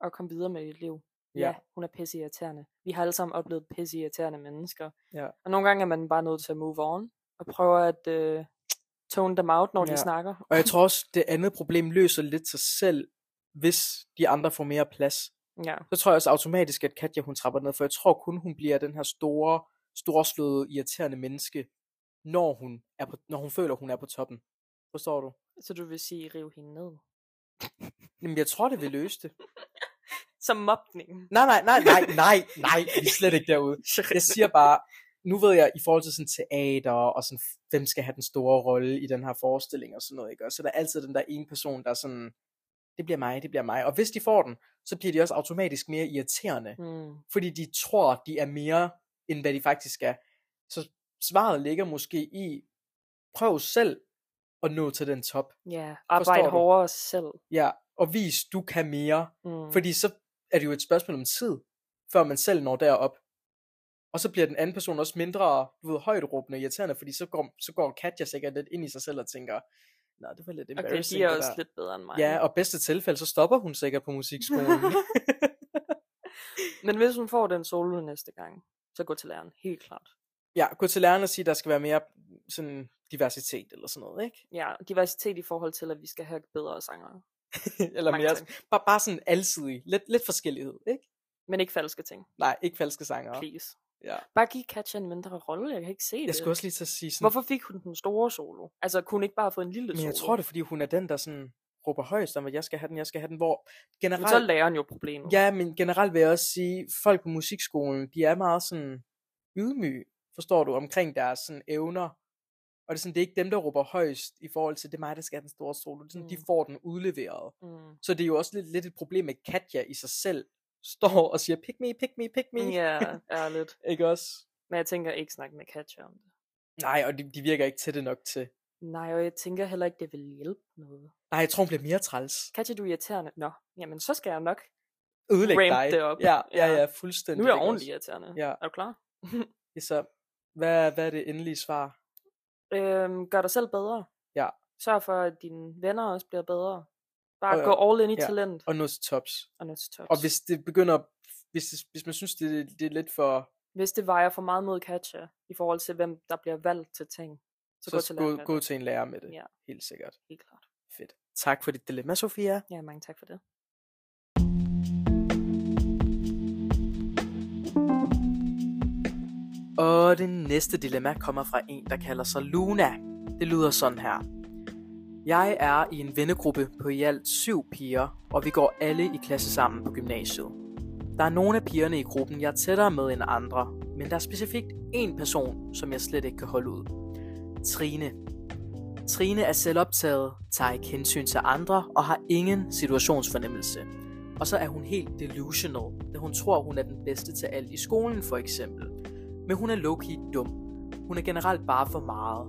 S1: og kom videre med dit liv.
S2: Ja.
S1: Ja, ja hun er pisseirriterende. Vi har alle sammen oplevet pisseirriterende mennesker.
S2: Ja.
S1: Og nogle gange er man bare nødt til at move on, og prøve at øh, tone dem out, når ja.
S2: Ja.
S1: de snakker.
S2: Og jeg tror også, det andet problem løser lidt sig selv, hvis de andre får mere plads.
S1: Ja,
S2: Så tror jeg også automatisk, at Katja hun trapper ned, for jeg tror kun, hun bliver den her store, storslåede, irriterende menneske, når hun, er på, når hun føler, hun er på toppen. Forstår du?
S1: så du vil sige, rive hende ned.
S2: Jamen, jeg tror, det vil løse det.
S1: Som mobning.
S2: Nej, nej, nej, nej, nej, nej, vi er slet ikke derude. Jeg siger bare, nu ved jeg, i forhold til sådan teater, og sådan, hvem skal have den store rolle i den her forestilling, og sådan noget, ikke? Og så er der altid den der ene person, der er sådan, det bliver mig, det bliver mig. Og hvis de får den, så bliver de også automatisk mere irriterende,
S1: Mm,
S2: fordi de tror, de er mere, end hvad de faktisk er. Så svaret ligger måske i, prøv selv at nå til den top.
S1: ja,
S2: Forstår
S1: arbejde
S2: du?
S1: hårdere selv.
S2: Ja, og vis, du kan mere,
S1: Mm.
S2: Fordi så er det jo et spørgsmål om tid, før man selv når derop. Og så bliver den anden person også mindre du ved, højt råbende og irriterende, fordi så går, så går Katja sikkert lidt ind i sig selv og tænker, nej, det var lidt
S1: okay,
S2: embarrassing.
S1: de er
S2: det
S1: også
S2: der."
S1: lidt bedre end mig.
S2: Ja, og bedste tilfælde, så stopper hun sikkert på musikskolen.
S1: Men hvis hun får den solo næste gang, så gå til læreren, helt klart.
S2: ja, gå til læreren og sige, der skal være mere sådan, diversitet eller sådan noget, ikke?
S1: Ja, diversitet i forhold til, at vi skal have bedre sanger.
S2: eller
S1: Mange
S2: mere,
S1: ting.
S2: bare, bare sådan alsidig, lidt, lidt forskellighed, ikke?
S1: Men ikke falske ting,
S2: Nej, ikke falske sanger.
S1: please.
S2: Ja.
S1: Bare giv Katja en mindre rolle, jeg kan ikke se
S2: Jeg
S1: det.
S2: skulle også lige til at sige sådan,
S1: Hvorfor fik hun den store solo? Altså, kunne hun ikke bare have fået en lille
S2: men
S1: solo?
S2: jeg tror det, er, fordi hun er den, der sådan råber højst om, at jeg skal have den, jeg skal have den, hvor
S1: Men så
S2: generelt...
S1: er læreren jo problemet.
S2: Ja, men generelt vil jeg også sige, folk på musikskolen, de er meget sådan ydmyge, forstår du, omkring deres sådan evner. Og det er, sådan, det er ikke dem, der råber højst i forhold til, det er mig, der skal have den store solo. Det er sådan, mm. de
S1: Mm.
S2: får den udleveret.
S1: Mm.
S2: Så det er jo også lidt, lidt et problem, at Katja i sig selv står og siger, pick me, pick me, pick me.
S1: Mm, Ja, ærligt.
S2: Ikke også?
S1: Men jeg tænker ikke snakke med Katja om det.
S2: Nej, og de, de virker ikke til det nok til.
S1: Nej, og jeg tænker heller ikke, det vil hjælpe noget.
S2: Nej, jeg tror, hun bliver mere træls.
S1: Katja, du er irriterende. Nå, jamen så skal jeg nok.
S2: Ødelæg
S1: Ramp
S2: dig.
S1: det op.
S2: Ja, ja,
S1: Ja.
S2: ja, fuldstændig.
S1: Nu er jeg
S2: ikke
S1: ordentlig
S2: også?
S1: irriterende.
S2: Ja.
S1: Er du klar?
S2: Så hvad, hvad er det endelige svar?
S1: Øhm, gør dig selv bedre.
S2: Ja.
S1: Sørg for, at dine venner også bliver bedre. Bare
S2: Og-
S1: gå all in i
S2: ja.
S1: talent.
S2: Og nå til tops.
S1: Og nuts tops.
S2: Og hvis det begynder, hvis, det, hvis man synes, det, det er lidt for,
S1: hvis det vejer for meget mod Katja, i forhold til hvem der bliver valgt til ting, så,
S2: så, så
S1: gå til
S2: gå,
S1: læreren. med
S2: gå
S1: det.
S2: til en lærer med det.
S1: Ja.
S2: Helt sikkert.
S1: Helt klart.
S2: Fedt. Tak for dit dilemma, Sofia.
S1: Ja, mange tak for det.
S2: Og det næste dilemma kommer fra en, der kalder sig Luna. Det lyder sådan her. Jeg er i en vennegruppe på i alt syv piger, og vi går alle i klasse sammen på gymnasiet. Der er nogle af pigerne i gruppen, jeg er tættere med end andre, men der er specifikt én person, som jeg slet ikke kan holde ud. Trine. Trine er selvoptaget, tager ikke hensyn til andre og har ingen situationsfornemmelse. Og så er hun helt delusional, da hun tror, hun er den bedste til alt i skolen for eksempel. Men hun er low-key dum. Hun er generelt bare for meget.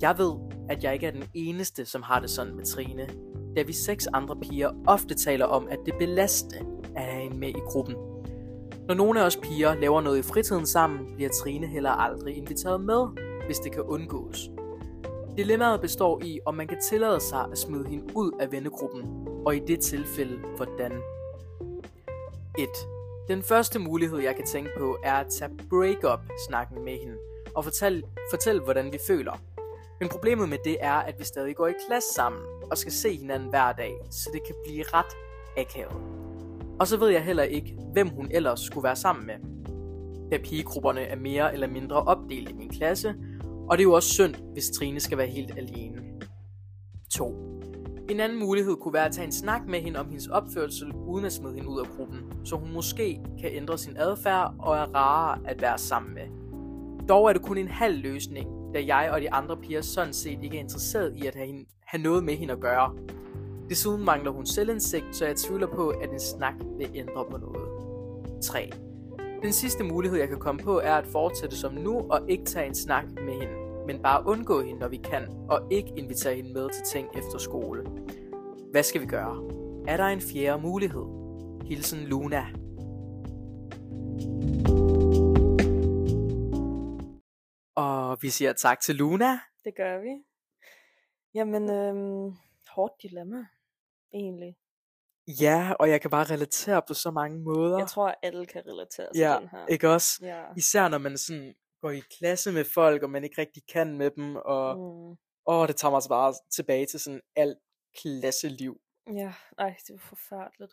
S2: Jeg ved, at jeg ikke er den eneste, som har det sådan med Trine, da vi seks andre piger ofte taler om, at det belaste at have hende med i gruppen. Når nogle af os piger laver noget i fritiden sammen, bliver Trine heller aldrig inviteret med, hvis det kan undgås. Dilemmaet består i, om man kan tillade sig at smide hende ud af vennegruppen, og i det tilfælde, hvordan. 1. Den første mulighed, jeg kan tænke på, er at tage break-up-snakken med hende, og fortælle, fortælle, hvordan vi føler. Men problemet med det er, at vi stadig går i klasse sammen, og skal se hinanden hver dag, så det kan blive ret akavet. Og så ved jeg heller ikke, hvem hun ellers skulle være sammen med. Da pigegrupperne er mere eller mindre opdelt i min klasse, og det er jo også synd, hvis Trine skal være helt alene. 2. En anden mulighed kunne være at tage en snak med hende om hendes opførsel, uden at smide hende ud af gruppen, så hun måske kan ændre sin adfærd og er rarere at være sammen med. Dog er det kun en halv løsning, da jeg og de andre piger sådan set ikke er interesseret i at have, hende, have noget med hende at gøre. Desuden mangler hun selvindsigt, så jeg tvivler på, at en snak vil ændre på noget. 3. Den sidste mulighed, jeg kan komme på, er at fortsætte som nu og ikke tage en snak med hende, men bare undgå hende, når vi kan, og ikke invitere hende med til ting efter skole. Hvad skal vi gøre? Er der en fjerde mulighed? Hilsen Luna. Og vi siger tak til Luna.
S1: Det gør vi. Jamen, øhm, hårdt dilemma, egentlig.
S2: Ja, og jeg kan bare relatere på så mange måder.
S1: Jeg tror, at alle kan relatere til
S2: ja,
S1: den her.
S2: ikke også?
S1: Ja.
S2: Især når man sådan går i klasse med folk, og man ikke rigtig kan med dem, og
S1: Mm.
S2: åh, det tager mig altså bare tilbage til sådan alt klasseliv.
S1: Ja, nej, det var forfærdeligt.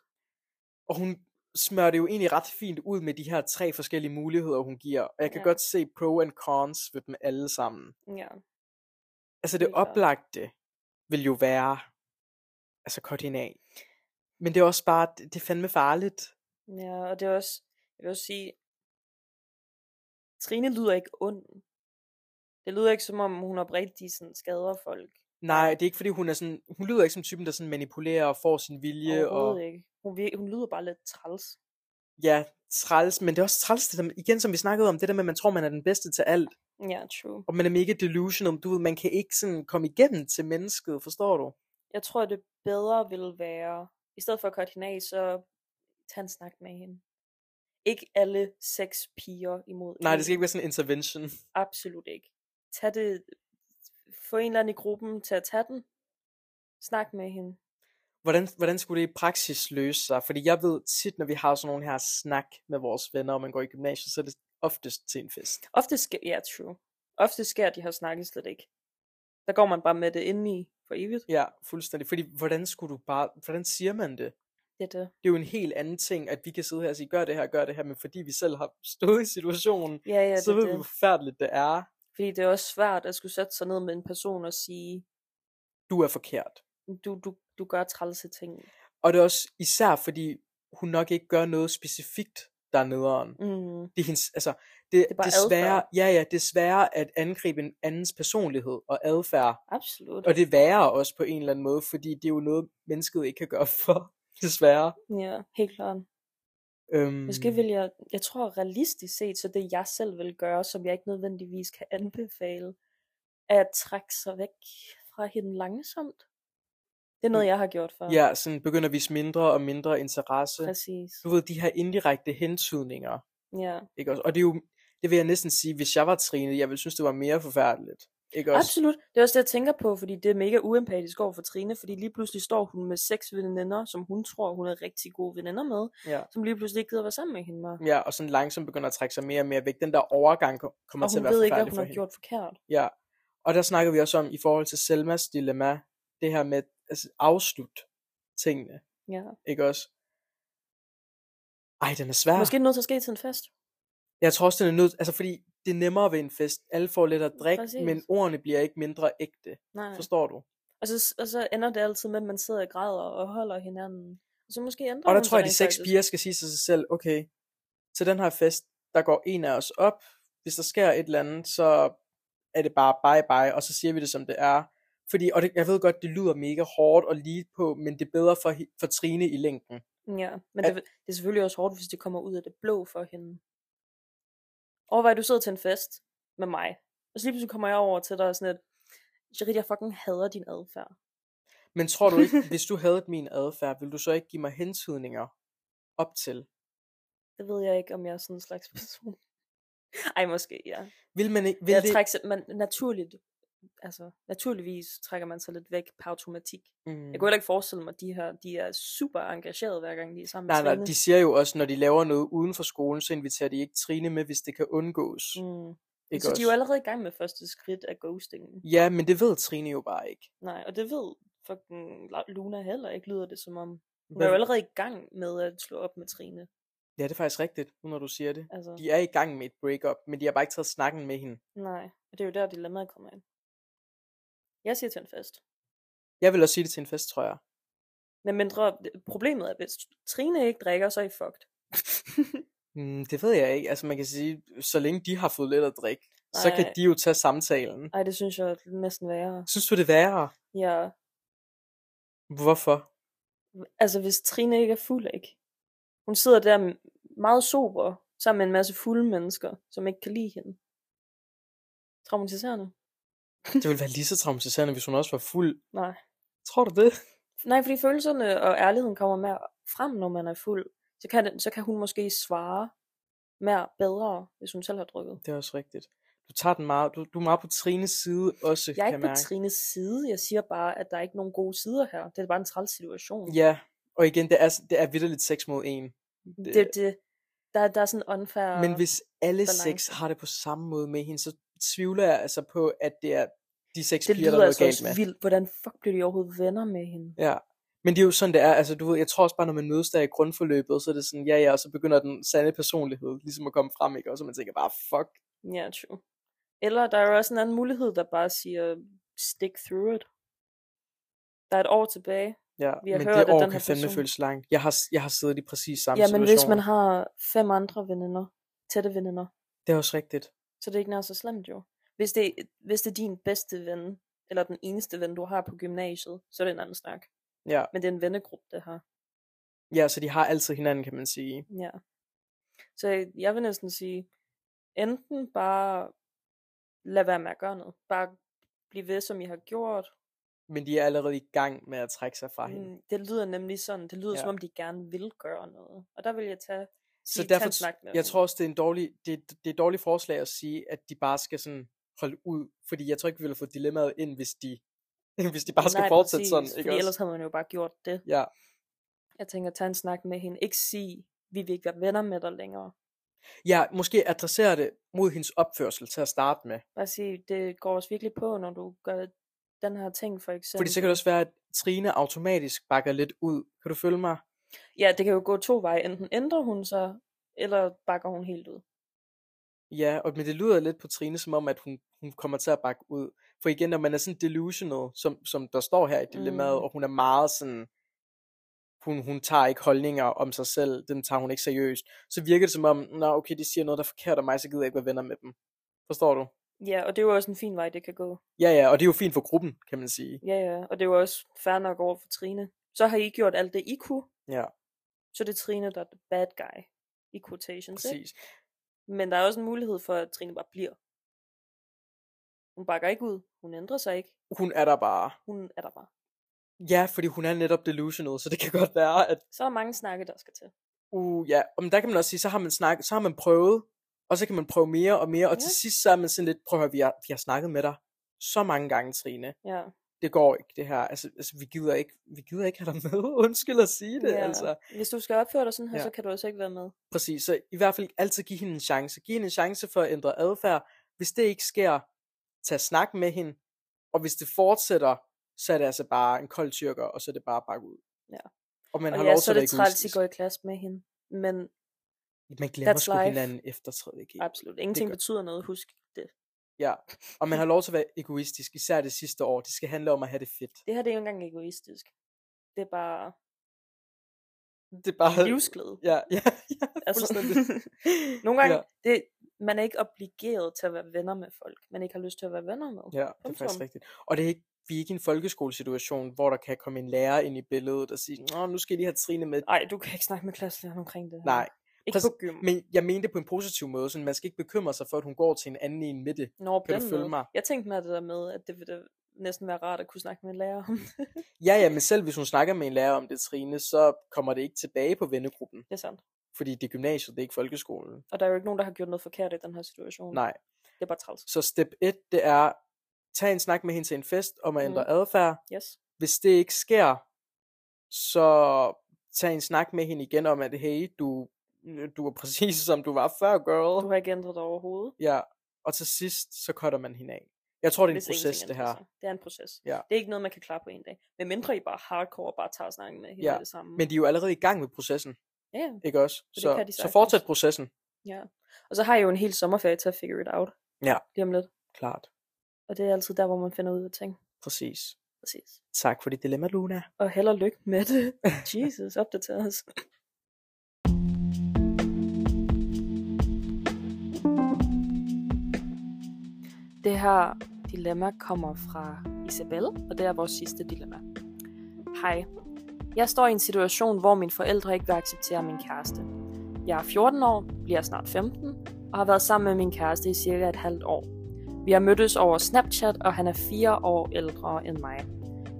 S2: Og hun smører det jo egentlig ret fint ud med de her tre forskellige muligheder, hun giver. Og jeg kan
S1: Ja.
S2: godt se pro and cons ved dem alle sammen.
S1: Ja,
S2: Altså det
S1: Helt klart.
S2: oplagte vil jo være, altså kort hende af. Men det er også bare, det det er fandme farligt.
S1: ja og det er også, jeg vil også sige, Trine lyder ikke ond. Det lyder ikke som om, hun oprigtigt sådan skader folk.
S2: Nej, det er ikke fordi hun er sådan, hun lyder ikke som typen, der sådan manipulerer og får sin vilje. Og,
S1: Overhovedet ikke. Hun, vir- hun lyder bare lidt træls.
S2: ja, træls, men det er også træls, det der, igen som vi snakkede om, det der med, at man tror, man er den bedste til alt,
S1: Ja, true.
S2: og man er mega delusional, du ved, man kan ikke sådan komme igennem til mennesket, forstår du?
S1: Jeg tror, det bedre ville være, i stedet for at korte hende af, så tage en snak med hende. Ikke alle seks piger imod.
S2: Nej,
S1: én.
S2: det skal ikke være sådan en intervention.
S1: Absolut ikke. Tag det, få en eller anden i gruppen til at tage den. Snak med hende.
S2: Hvordan, hvordan skulle det i praksis løse sig? Fordi jeg ved tit, når vi har sådan nogle her snak med vores venner, og man går i gymnasiet, så er det oftest til en fest.
S1: Ofte sker, ja, true. Ofte sker de her snakke slet ikke. Der går man bare med det indeni for evigt.
S2: Ja, fuldstændig. Fordi hvordan skulle du bare, hvordan siger man det?
S1: Det er det.
S2: Det er jo en helt anden ting, at vi kan sidde her og sige, gør det her, gør det her, men fordi vi selv har stået i situationen,
S1: Ja, ja,
S2: ja,
S1: det
S2: så
S1: er
S2: ved
S1: det.
S2: vi, hvor forfærdeligt det er.
S1: Fordi det er også svært at skulle sætte sig ned med en person og sige,
S2: Du er forkert.
S1: du, du, du gør trælse ting.
S2: Og det er også især, fordi hun nok ikke gør noget specifikt, der er nederen.
S1: Mm,
S2: Det er hendes, altså, det,
S1: er
S2: det
S1: bare
S2: er sværere,
S1: adfærd.
S2: ja, ja, det er sværere at angribe en andens personlighed og adfærd.
S1: absolut.
S2: Og det er værre også på en eller anden måde, fordi det er jo noget, mennesket ikke kan gøre for, desværre.
S1: Ja, helt klart.
S2: Øhm,
S1: Måske vil jeg, jeg tror realistisk set, så det jeg selv vil gøre, som jeg ikke nødvendigvis kan anbefale, er at trække sig væk fra hende langsomt. Det er noget, jeg har gjort før.
S2: Mm. Ja, sådan begynder at vise mindre og mindre interesse.
S1: Præcis.
S2: Du ved, de her indirekte hentydninger.
S1: Ja.
S2: Ikke også? Og det er jo, det vil jeg næsten sige, hvis jeg var Trine, jeg ville synes, det var mere forfærdeligt. Ikke også?
S1: Absolut. Det er også det, jeg tænker på, fordi det er mega uempatisk over for Trine, fordi lige pludselig står hun med seks veninder, som hun tror, hun er rigtig gode veninder med,
S2: Ja.
S1: som lige pludselig ikke gider være sammen med hende mere.
S2: Ja, og sådan langsomt begynder at trække sig mere og mere væk. Den der overgang ko- kommer
S1: Og
S2: til
S1: hun
S2: at være
S1: ved ikke, hvad
S2: forfærdelig
S1: hun
S2: for
S1: har
S2: hende.
S1: gjort forkert.
S2: Ja. Og der snakker vi også om, i forhold til Selmas dilemma, det her med altså, afslut tingene,
S1: Ja.
S2: ikke også? Ej, den er svær.
S1: Måske er det noget, der sker til en fest.
S2: Jeg tror også, den er nødt, altså fordi det er nemmere ved en fest. Alle får lidt at drikke,
S1: Præcis.
S2: men ordene bliver ikke mindre ægte.
S1: Nej.
S2: Forstår du?
S1: Og så, og så ender det altid med, at man sidder og græder og holder hinanden. Og så måske ændrer
S2: Og der
S1: hun
S2: tror
S1: sig
S2: jeg, de
S1: rent
S2: seks
S1: faktisk.
S2: piger skal sige til sig selv, okay, til den her fest, der går en af os op, hvis der sker et eller andet, så er det bare bye bye, og så siger vi det, som det er. Fordi, og det, jeg ved godt, det lyder mega hårdt og lige på, men det er bedre for, hi- for Trine i længden.
S1: Ja, men det, det er selvfølgelig også hårdt, hvis det kommer ud af det blå for hende. Overvej, du sidder til en fest med mig, og så lige pludselig kommer jeg over til dig og sådan lidt, Jarit, jeg fucking hader din adfærd.
S2: Men tror du ikke, hvis du havde min adfærd, ville du så ikke give mig hentydninger op til?
S1: Det ved jeg ikke, om jeg er sådan en slags person. Ej, måske, ja.
S2: Vil man ikke, vil
S1: Jeg
S2: det...
S1: trækker, sig- man, naturligt, altså, naturligvis trækker man sig lidt væk på automatik.
S2: Mm.
S1: Jeg kunne heller ikke forestille mig, at de her de er super engagerede, hver gang de er sammen
S2: Nej,
S1: med
S2: nej,
S1: Trine.
S2: de siger jo også, når de laver noget uden for skolen, så inviterer de ikke Trine med, hvis det kan undgås. Mm,
S1: Mm.
S2: ikke
S1: Så
S2: også?
S1: de er jo allerede i gang med første skridt af ghostingen.
S2: Ja, men det ved Trine jo bare ikke.
S1: Nej, og det ved fucking La- Luna heller ikke, lyder det som om. Hun er
S2: Hvad-
S1: jo allerede i gang med at slå op med Trine.
S2: Ja, det er faktisk rigtigt, nu når du siger det.
S1: Altså,
S2: De er i gang med et breakup, men de har bare ikke taget snakken med hende.
S1: nej. Og det er jo der, dilemmaet kommer ind. Jeg siger til en fest.
S2: Jeg vil også sige det til en fest, tror jeg.
S1: Men mindre, problemet er, hvis Trine ikke drikker, så er I fucked.
S2: Mm, det ved jeg ikke. Altså man kan sige, så længe de har fået lidt at drikke, så
S1: Nej.
S2: kan de jo tage samtalen.
S1: Ej, det synes jeg er næsten værre.
S2: Synes du det er værre?
S1: Ja,
S2: Hvorfor?
S1: altså hvis Trine ikke er fuld, ikke? Hun sidder der m- meget sober, sammen med en masse fulde mennesker, som ikke kan lide hende. Traumatiserende?
S2: Det ville være lige så traumatiserende, hvis hun også var fuld.
S1: Nej.
S2: Tror du det?
S1: Nej, fordi følelserne og ærligheden kommer mere frem, når man er fuld. Så kan, den, så kan hun måske svare mere bedre, hvis hun selv har drukket.
S2: Det er også rigtigt. Du tager den meget, du, du er meget på Trines side også,
S1: Jeg er
S2: kan
S1: ikke på
S2: mærke.
S1: Trines side. Jeg siger bare, at der er ikke nogen gode sider her. Det er bare en træls situation.
S2: Ja, og igen, det er, det er vidderligt 6 mod 1.
S1: det, det, det, der, der er sådan en unfair...
S2: Men hvis alle
S1: balance.
S2: seks har det på samme måde med hende, så tvivler jeg altså på, at det er de seks
S1: det
S2: piger, der er
S1: lyder
S2: noget
S1: altså
S2: galt
S1: også
S2: med.
S1: vildt. Hvordan fuck bliver de overhovedet venner med hende?
S2: Ja. Men det er jo sådan, det er. Altså, du ved, jeg tror også bare, når man mødes der i grundforløbet, så er det sådan, ja, ja, og så begynder den sande personlighed ligesom at komme frem, ikke? Og så man tænker bare, fuck.
S1: Ja, true. Eller der er jo også en anden mulighed, der bare siger, stick through it. Der er et år tilbage.
S2: Ja,
S1: Vi har
S2: men
S1: hørt,
S2: det
S1: at
S2: år
S1: den her
S2: kan fandme
S1: person-
S2: føles langt. Jeg har, jeg har siddet i præcis samme
S1: Ja, men
S2: situation.
S1: hvis man har fem andre veninder, tætte veninder,
S2: Det er også rigtigt.
S1: så det er ikke nær så slemt jo. Hvis det, hvis det er din bedste ven, eller den eneste ven, du har på gymnasiet, så er det en anden snak.
S2: Ja.
S1: Men det er en vennegruppe, det her.
S2: ja, så de har altid hinanden, kan man sige.
S1: Ja. Så jeg- jeg vil næsten sige, enten bare lad være med at gøre noget. Bare bliv ved, som I har gjort,
S2: Men de er allerede i gang med at trække sig fra hende.
S1: Mm, Det lyder nemlig sådan. Det lyder, ja. som
S2: Ja.
S1: om de gerne vil gøre noget. Og der vil jeg tage...
S2: Så
S1: sige, "Tag
S2: derfor,
S1: en snak med
S2: jeg
S1: dem."
S2: tror også, det er, en dårlig, det, er- det er et dårligt forslag at sige, at de bare skal sådan holde ud, fordi jeg tror ikke, vi ville få dilemmaet ind, hvis de, hvis de bare skal
S1: Nej,
S2: fortsætte
S1: præcis,
S2: sådan. Ikke
S1: fordi ellers
S2: også?
S1: havde man jo bare gjort det.
S2: Ja.
S1: Jeg tænker, tage en snak med hende. Ikke sige, vi vil ikke være venner med dig længere.
S2: ja, måske adressere det mod hendes opførsel til at starte med.
S1: Bare sige, det går os virkelig på, når du gør den her ting, for eksempel.
S2: Fordi så kan det også være, at Trine automatisk bakker lidt ud. Kan du følge mig?
S1: Ja, det kan jo gå to veje. Enten ændrer hun sig, eller bakker hun helt ud.
S2: Ja, og, men det lyder lidt på Trine, som om, at hun, hun kommer til at bakke ud. For igen, når man er sådan delusional, som, som der står her i dilemmaet,
S1: Mm.
S2: mm. og hun er meget sådan, hun, hun tager ikke holdninger om sig selv, dem tager hun ikke seriøst, så virker det som om, nå okay, de siger noget, der er forkert om mig, så gider jeg ikke være venner med dem. Forstår du?
S1: Ja, og det er jo også en fin vej, det kan gå.
S2: Ja, ja, og det er jo fint for gruppen, kan man sige.
S1: Ja, ja, og det er jo også fair nok over for Trine. Så har I gjort alt det, I kunne.
S2: Ja,
S1: Så er det Trine, der er the bad guy. I quotations, ikke?
S2: præcis.
S1: Men der er også en mulighed for, at Trine bare bliver. Hun bakker ikke ud. Hun ændrer sig ikke.
S2: Hun er der bare.
S1: Hun er der bare.
S2: Ja, fordi hun er netop delusional, så det kan godt være, at
S1: Så er der mange snakke, der skal til.
S2: Uh, ja, og men der kan man også sige, så har man snakket, så har man prøvet, og så kan man prøve mere og mere, og
S1: Ja.
S2: til sidst så er man sådan lidt, prøv at høre, vi har, vi har snakket med dig så mange gange, Trine.
S1: Ja.
S2: Det går ikke, det her. Altså, altså vi, gider ikke, vi gider ikke have dig med. Undskyld at sige det,
S1: ja.
S2: ja. altså.
S1: Hvis du skal opføre dig sådan her, ja.
S2: Ja.
S1: så kan du også ikke være med.
S2: Præcis, så i hvert fald altid give hende en chance. Giv hende en chance for at ændre adfærd. Hvis det ikke sker, tag snak med hende. Og hvis det fortsætter, så er det altså bare en kold tyrker, og så er det bare bakke ud.
S1: Ja.
S2: Og man
S1: og
S2: har
S1: ja,
S2: lov
S1: så
S2: til
S1: er
S2: at
S1: det
S2: ikke
S1: træls, at
S2: huske.
S1: går i klasse med hende. Men
S2: Man glemmer
S1: That's
S2: sgu
S1: life.
S2: hinanden efter 3.G.
S1: absolut ingenting
S2: gør-
S1: betyder noget. Husk det.
S2: Ja, og man har lov til at være egoistisk, især det sidste år. Det skal handle om at have det fedt.
S1: Det her det er jo ikke engang egoistisk. Det er bare
S2: Det er bare...
S1: livsglæde.
S2: Ja, ja, ja,
S1: Altså,
S2: fuldstændig.
S1: nogle gange,
S2: Ja.
S1: ja. det, man er ikke obligeret til at være venner med folk, man ikke har lyst til at være venner med.
S2: Ja, det er
S1: Punktum.
S2: faktisk rigtigt. Og det er ikke, vi er ikke i en folkeskolesituation, hvor der kan komme en lærer ind i billedet og sige, Nå, nu skal jeg lige have Trine med.
S1: Nej, du kan ikke snakke med klasselæreren omkring det her.
S2: Nej,
S1: ikke
S2: præcis.
S1: på gym.
S2: men jeg mente det på en positiv måde, så man skal ikke bekymre sig for, at hun går til en anden i en midte.
S1: Nå, på
S2: Kan du
S1: den
S2: følge
S1: måde.
S2: mig?
S1: Jeg tænkte mig det der med, at det ville da næsten være rart at kunne snakke med en lærer om. det.
S2: Ja, ja, men selv hvis hun snakker med en lærer om det, Trine, så kommer det ikke tilbage på vennegruppen.
S1: det er sandt.
S2: Fordi det er gymnasiet, det er ikke folkeskolen.
S1: Og der er jo ikke nogen, der har gjort noget forkert i den her situation.
S2: Nej.
S1: Det er bare træls.
S2: Så step 1, det er, tag en snak med hende til en fest om at ændre mm. adfærd.
S1: Yes.
S2: hvis det ikke sker, så tag en snak med hende igen om, at hey, du, du er præcis som du var før,
S1: Du
S2: girl.
S1: har ikke ændret dig overhovedet.
S2: Ja, og til sidst, så cutter man hende af. Jeg tror, det er en
S1: hvis
S2: proces,
S1: ingenting
S2: det
S1: ændrer
S2: her.
S1: sig. Det er en proces.
S2: Ja.
S1: Det er ikke noget, man kan klare på en dag. Men mindre I bare hardcore og bare tager snakken med hele
S2: Ja,
S1: det samme.
S2: Men de er jo allerede i gang med processen,
S1: ja, ja.
S2: ikke også?
S1: Mm. det
S2: Så,
S1: kan de
S2: så
S1: sagtens.
S2: fortsæt processen.
S1: ja. Og så har I jo en hel sommerferie til at figure it out.
S2: Ja.
S1: Lige om lidt.
S2: Klart.
S1: Og det er altid der, hvor man finder ud af ting.
S2: Præcis.
S1: Præcis.
S2: Tak for dit dilemma, Luna.
S1: Og held og lykke med det. Jesus, opdater os. Det her dilemma kommer fra Isabel, og det er vores sidste dilemma. Hej. Jeg står i en situation, hvor mine forældre ikke vil acceptere min kæreste. Jeg er 14 år, bliver snart 15, og har været sammen med min kæreste i cirka et halvt år. Vi har mødtes over Snapchat, og han er fire år ældre end mig.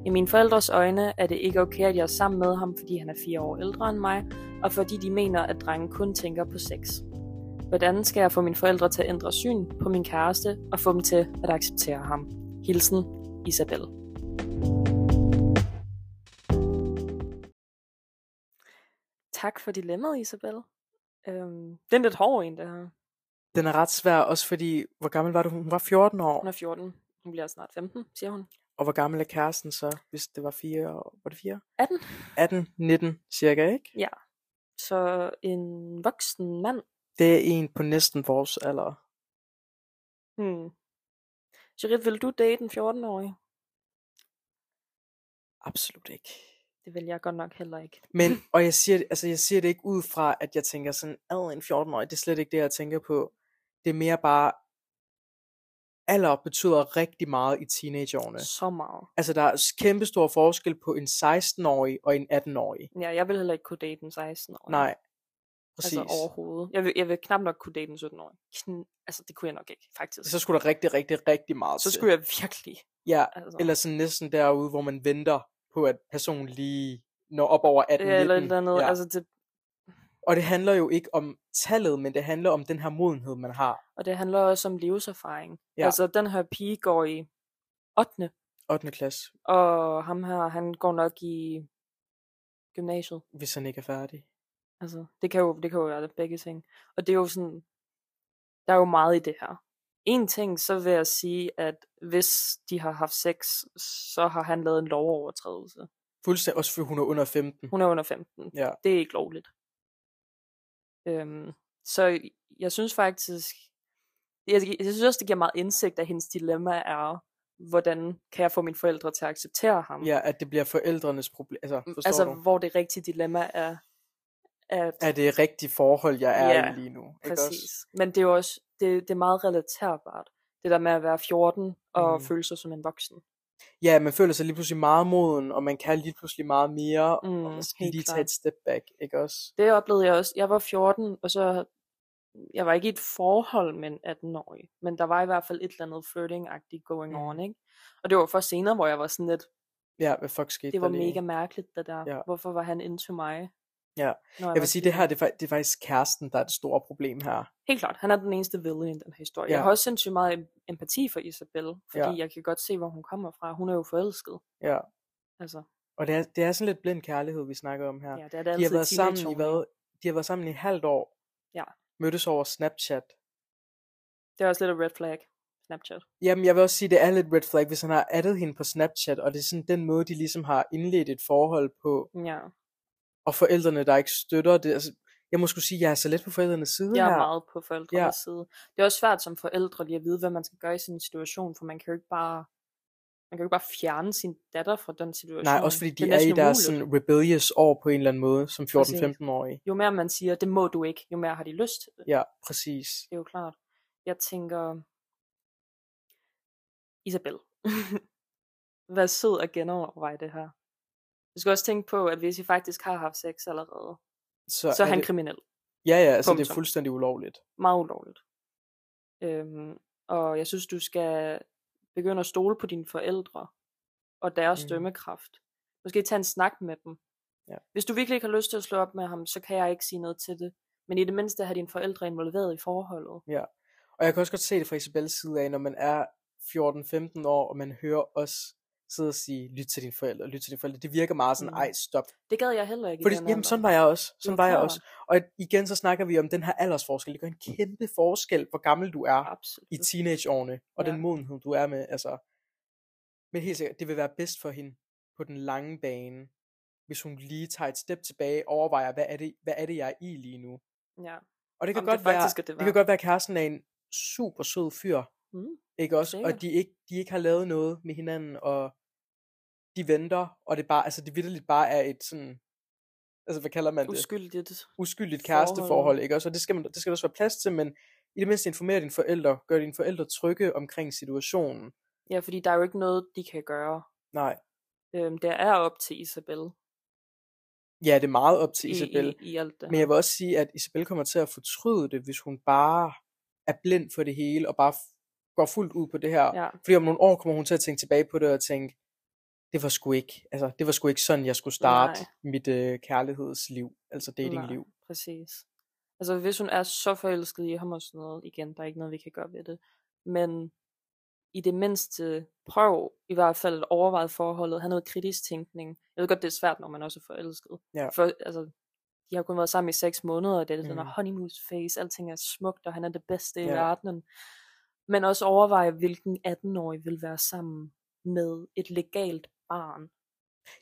S1: I mine forældres øjne er det ikke okay, at jeg er sammen med ham, fordi han er fire år ældre end mig, og fordi de mener, at drengen kun tænker på sex. Hvordan skal jeg få mine forældre til at ændre syn på min kæreste og få dem til at acceptere ham? Hilsen, Isabel. Tak for dilemmaet, Isabel. Øhm, det er en lidt hård en, det her.
S2: Den er ret svær, også fordi, hvor gammel var du? Hun var 14
S1: Hun
S2: år.
S1: er 14. Hun bliver snart 15, siger hun.
S2: Og hvor gammel er kæresten så, hvis det var 4 år? Var det 4?
S1: 18.
S2: 18, 19 cirka, ikke?
S1: Så en voksen mand
S2: Det er en på næsten vores alder.
S1: Hmm. Sherit, vil du date en 14-årig?
S2: Absolut ikke.
S1: Det vil jeg godt nok heller ikke.
S2: Men, og jeg siger, det- altså, jeg siger det ikke ud fra, at jeg tænker sådan, ad en 14-årig, det er slet ikke det, jeg tænker på. Det er mere bare, alder betyder rigtig meget i teenageårene.
S1: Så meget.
S2: Altså, der er s- kæmpestor forskel på en 16-årig og en 18-årig.
S1: Ja, jeg vil heller ikke kunne date en 16-årig.
S2: Nej, præcis.
S1: Præcis. Altså overhovedet. Jeg vil, jeg vil knap nok kunne date en 17-årig. Kn- altså, det kunne jeg nok ikke, faktisk.
S2: så skulle der rigtig, rigtig, rigtig meget
S1: så
S2: til.
S1: skulle jeg virkelig.
S2: Ja,
S1: Altså.
S2: eller sådan næsten derude, hvor man venter på, at personen lige når op over 18-19.
S1: Ja, eller et eller andet. Ja. Altså, det,
S2: Og det handler jo ikke om tallet, men det handler om den her modenhed, man har.
S1: og det handler også om livserfaring.
S2: Ja.
S1: Ja. Altså, den her pige går i 8.
S2: 8. klasse,
S1: Og ham her, han går nok i gymnasiet.
S2: hvis han ikke er færdig.
S1: Altså, det kan jo, det kan jo være det begge ting. Og det er jo sådan, der er jo meget i det her. En ting, så vil jeg sige, at hvis de har haft sex, så har han lavet en lovovertrædelse.
S2: Fuldstændig, også fordi hun er under 15.
S1: Hun er under 15.
S2: Ja.
S1: Det er ikke lovligt. Øhm, så jeg synes faktisk, jeg, jeg synes også, det giver meget indsigt, at hendes dilemma er, hvordan kan jeg få mine forældre til at acceptere ham?
S2: Ja, at det bliver forældrenes problem. Altså, forstår
S1: altså,
S2: altså, du?
S1: hvor det rigtige dilemma er, at
S2: Er det rigtige forhold, jeg er
S1: Ja,
S2: i lige nu? Ikke Også?
S1: Præcis. Men det er jo også, det, det er meget relaterbart, det der med at være 14 og
S2: Mm.
S1: mm. føle sig som en voksen.
S2: Ja, man føler sig lige pludselig meget moden, og man kan lige pludselig meget mere, mm,
S1: Mm,
S2: og man skal
S1: helt
S2: lige tage
S1: klart.
S2: et step back, ikke også?
S1: Det oplevede jeg også. Jeg var 14, og så, jeg var ikke i et forhold med en 18-årig, men der var i hvert fald et eller andet flirting-agtigt going
S2: Mm.
S1: on, ikke? Og det var først senere, hvor jeg var sådan lidt,
S2: Ja, hvad fuck skete
S1: det var
S2: der lige?
S1: mega mærkeligt, det der.
S2: Ja.
S1: Ja. Hvorfor var han into mig?
S2: Ja.
S1: når
S2: Jeg
S1: var
S2: vil sige, det
S1: pige?
S2: her, det er, fak- det er faktisk kæresten, der er det store problem her.
S1: Helt klart, han er den eneste villige i den her historie.
S2: Ja.
S1: Jeg har også sindssygt meget em- empati for Isabel, fordi
S2: Ja.
S1: jeg kan godt se, hvor hun kommer fra. Hun er jo forelsket.
S2: Ja.
S1: Altså,
S2: Og det er, det er sådan lidt blind kærlighed, vi snakker om her.
S1: ja, det er det
S2: de
S1: altid
S2: har været sammen i
S1: teenageårene.
S2: hvad? De har været sammen i et halvt år.
S1: Ja.
S2: Mødtes over Snapchat.
S1: Det er også lidt et red flag, Snapchat.
S2: Jamen, jeg vil også sige, det er lidt red flag, hvis han har addet hende på Snapchat, og det er sådan den måde, de ligesom har indledt et forhold på,
S1: Ja.
S2: og forældrene, der ikke støtter det. Altså, Jeg må skulle sige, at jeg er så let på forældrenes side
S1: Jeg er
S2: her.
S1: meget på forældrenes
S2: Ja.
S1: ja. side. Det er også svært som forældre lige at vide, hvad man skal gøre i sådan en situation, for man kan jo ikke bare, man kan jo ikke bare fjerne sin datter fra den situation.
S2: Nej, også fordi de
S1: Det
S2: er, er i
S1: næsten
S2: deres
S1: umuligt.
S2: sådan, rebellious år på en eller anden måde, som
S1: Præcis.
S2: 14-15-årige.
S1: Jo mere man siger, det må du ikke, jo mere har de lyst til det.
S2: Ja, præcis.
S1: Det er jo klart. Jeg tænker, Isabel, vær sød og genovervej det her. Du skal også tænke på, at hvis I faktisk har haft sex allerede, så, så
S2: er
S1: er han
S2: det,
S1: kriminel.
S2: Ja, ja, altså det er
S1: Punktum.
S2: fuldstændig ulovligt.
S1: meget ulovligt. Øhm, og jeg synes, du skal begynde at stole på dine forældre og deres
S2: Mm.
S1: mm. dømmekraft. Måske tage en snak med dem.
S2: Ja.
S1: Hvis du virkelig ikke har lyst til at slå op med ham, så kan jeg ikke sige noget til det. Men i det mindste har dine forældre involveret i forholdet.
S2: Og jeg kan også godt se det fra Isabels side af, når man er 14-15 år, og man hører os sidde og sige, lyt til dine forældre, lyt til dine forældre. Det virker meget sådan,
S1: Mm.
S2: ej, stop.
S1: Det gad jeg heller ikke.
S2: Fordi,
S1: i den
S2: jamen,
S1: alder.
S2: sådan var jeg også. Sådan
S1: Jo,
S2: var jeg
S1: klart.
S2: også. Og igen, så snakker vi om den her aldersforskel. Det gør en kæmpe forskel, hvor gammel du er
S1: Absolut.
S2: i teenageårene, og
S1: Ja.
S2: den modenhed, du er med. Altså. Men helt sikkert, det vil være bedst for hende på den lange bane, hvis hun lige tager et step tilbage, overvejer, hvad er det, hvad er det jeg er i lige nu.
S1: ja.
S2: Og det kan,
S1: Om
S2: godt,
S1: det
S2: være,
S1: faktisk er
S2: det,
S1: det
S2: det
S1: værd.
S2: kan godt være, at kæresten er en super sød fyr,
S1: Mm.
S2: ikke også? Og
S1: Sikkert.
S2: de ikke, de ikke har lavet noget med hinanden, og de venter, og det bare, altså det vitterligt bare er et sådan, altså hvad kalder man det?
S1: Uskyldigt.
S2: uskyldigt
S1: forhold.
S2: kæresteforhold, ikke også? Og det skal, man, det skal der også være plads til, men i det mindste informere dine forældre, gør dine forældre trygge omkring situationen.
S1: Ja, fordi der er jo ikke noget, de kan gøre.
S2: Nej,
S1: Øhm, det er op til Isabel.
S2: ja, det er meget op til Isabel,
S1: I, i, i alt det
S2: men
S1: her.
S2: jeg vil også sige, at Isabel kommer til at fortryde det, hvis hun bare er blind for det hele, og bare f- går fuldt ud på det her.
S1: Ja.
S2: Fordi om nogle år kommer hun til at tænke tilbage på det, og tænke, det var sgu ikke, altså, det var sgu ikke sådan, jeg skulle starte mit øh, kærlighedsliv, altså datingliv.
S1: Præcis. Altså hvis hun er så forelsket i ham og sådan noget, igen, der er ikke noget, vi kan gøre ved det. Men i det mindste prøv i hvert fald at overveje forholdet, have noget kritisk tænkning. Jeg ved godt, det er svært, når man også er forelsket.
S2: Ja.
S1: For, altså, de har kun været sammen i seks måneder, og det er den her
S2: Mm.
S1: honeymoon face, alting er smukt, og han er det bedste i
S2: Ja.
S1: verdenen. Men også overveje, hvilken 18-årig vil være sammen med et legalt barn.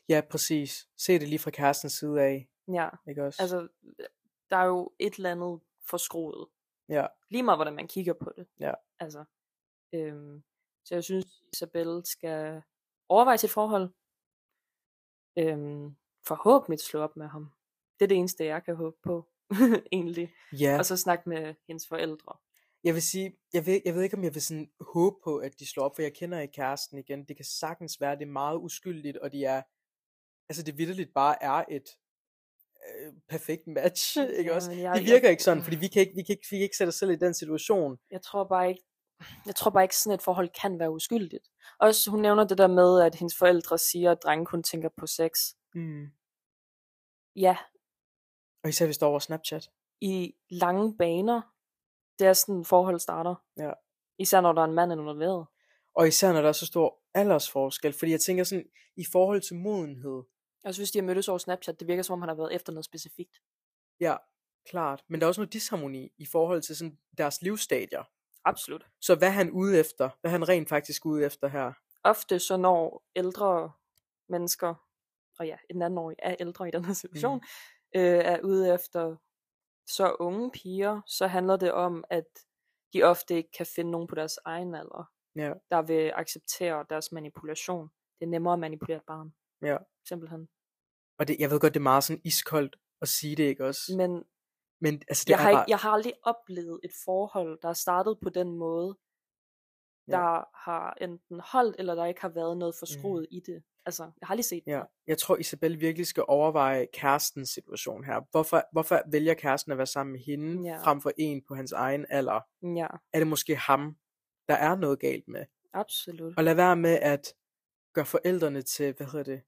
S2: Ja, præcis. Se det lige fra kærestens side af,
S1: Ja.
S2: ikke også?
S1: Altså, der er jo et eller andet forskroet.
S2: Ja.
S1: Lige meget, hvordan man kigger på det.
S2: Ja.
S1: Altså, øhm, så jeg synes, Isabel skal overveje sit forhold. Øhm, forhåbentlig slå op med ham. Det er det eneste, jeg kan håbe på, egentlig.
S2: ja.
S1: Ja. Og så snakke med hendes forældre.
S2: Jeg vil sige, jeg ved, jeg ved ikke, om jeg vil sådan håbe på, at de slår op, for jeg kender ikke kæresten igen. Det kan sagtens være, det er meget uskyldigt, og de er, altså det vitterligt bare er et øh, perfekt match, ikke også?
S1: men
S2: Det virker ikke sådan, fordi vi kan ikke, vi kan ikke, vi kan ikke sætte os selv i den situation.
S1: Jeg tror bare ikke, jeg tror bare ikke, sådan et forhold kan være uskyldigt. Også hun nævner det der med, at hendes forældre siger, at drenge kun tænker på sex.
S2: Mm.
S1: Ja,
S2: Og især hvis det er over Snapchat.
S1: i lange baner, det er sådan, forhold starter.
S2: Ja.
S1: Især når der er en mand involveret.
S2: Og især når der er så stor aldersforskel, fordi jeg tænker sådan, i forhold til modenhed,
S1: Jeg synes, Altså, de har mødtes over Snapchat. Det virker, som om han har været efter noget specifikt.
S2: ja, klart, men der er også noget disharmoni i forhold til sådan deres livsstadier.
S1: Absolut.
S2: Så hvad er han ude efter? Hvad er han rent faktisk ude efter her?
S1: Ofte så når ældre mennesker, og ja, en anden år er ældre i den her situation, mm. øh, er ude efter så unge piger, så handler det om, at de ofte ikke kan finde nogen på deres egen alder,
S2: Ja.
S1: der vil acceptere deres manipulation. Det er nemmere at manipulere et barn.
S2: Ja.
S1: Simpelthen.
S2: Og det, jeg ved godt, det er meget sådan iskoldt at sige det, ikke også?
S1: Men
S2: Men altså, det
S1: jeg
S2: er
S1: har, ikke,
S2: bare...
S1: jeg har aldrig oplevet et forhold, der er startet på den måde,
S2: Ja.
S1: der har enten holdt, eller der ikke har været noget forskruet mm. i det. Altså, jeg har aldrig set det.
S2: Ja, jeg tror, Isabel virkelig skal overveje kærestens situation her. Hvorfor, hvorfor vælger kæresten at være sammen med hende,
S1: Ja.
S2: frem for en på hans egen alder?
S1: Ja,
S2: Er det måske ham, der er noget galt med?
S1: absolut.
S2: Og lad være med at gøre forældrene til, hvad hedder det,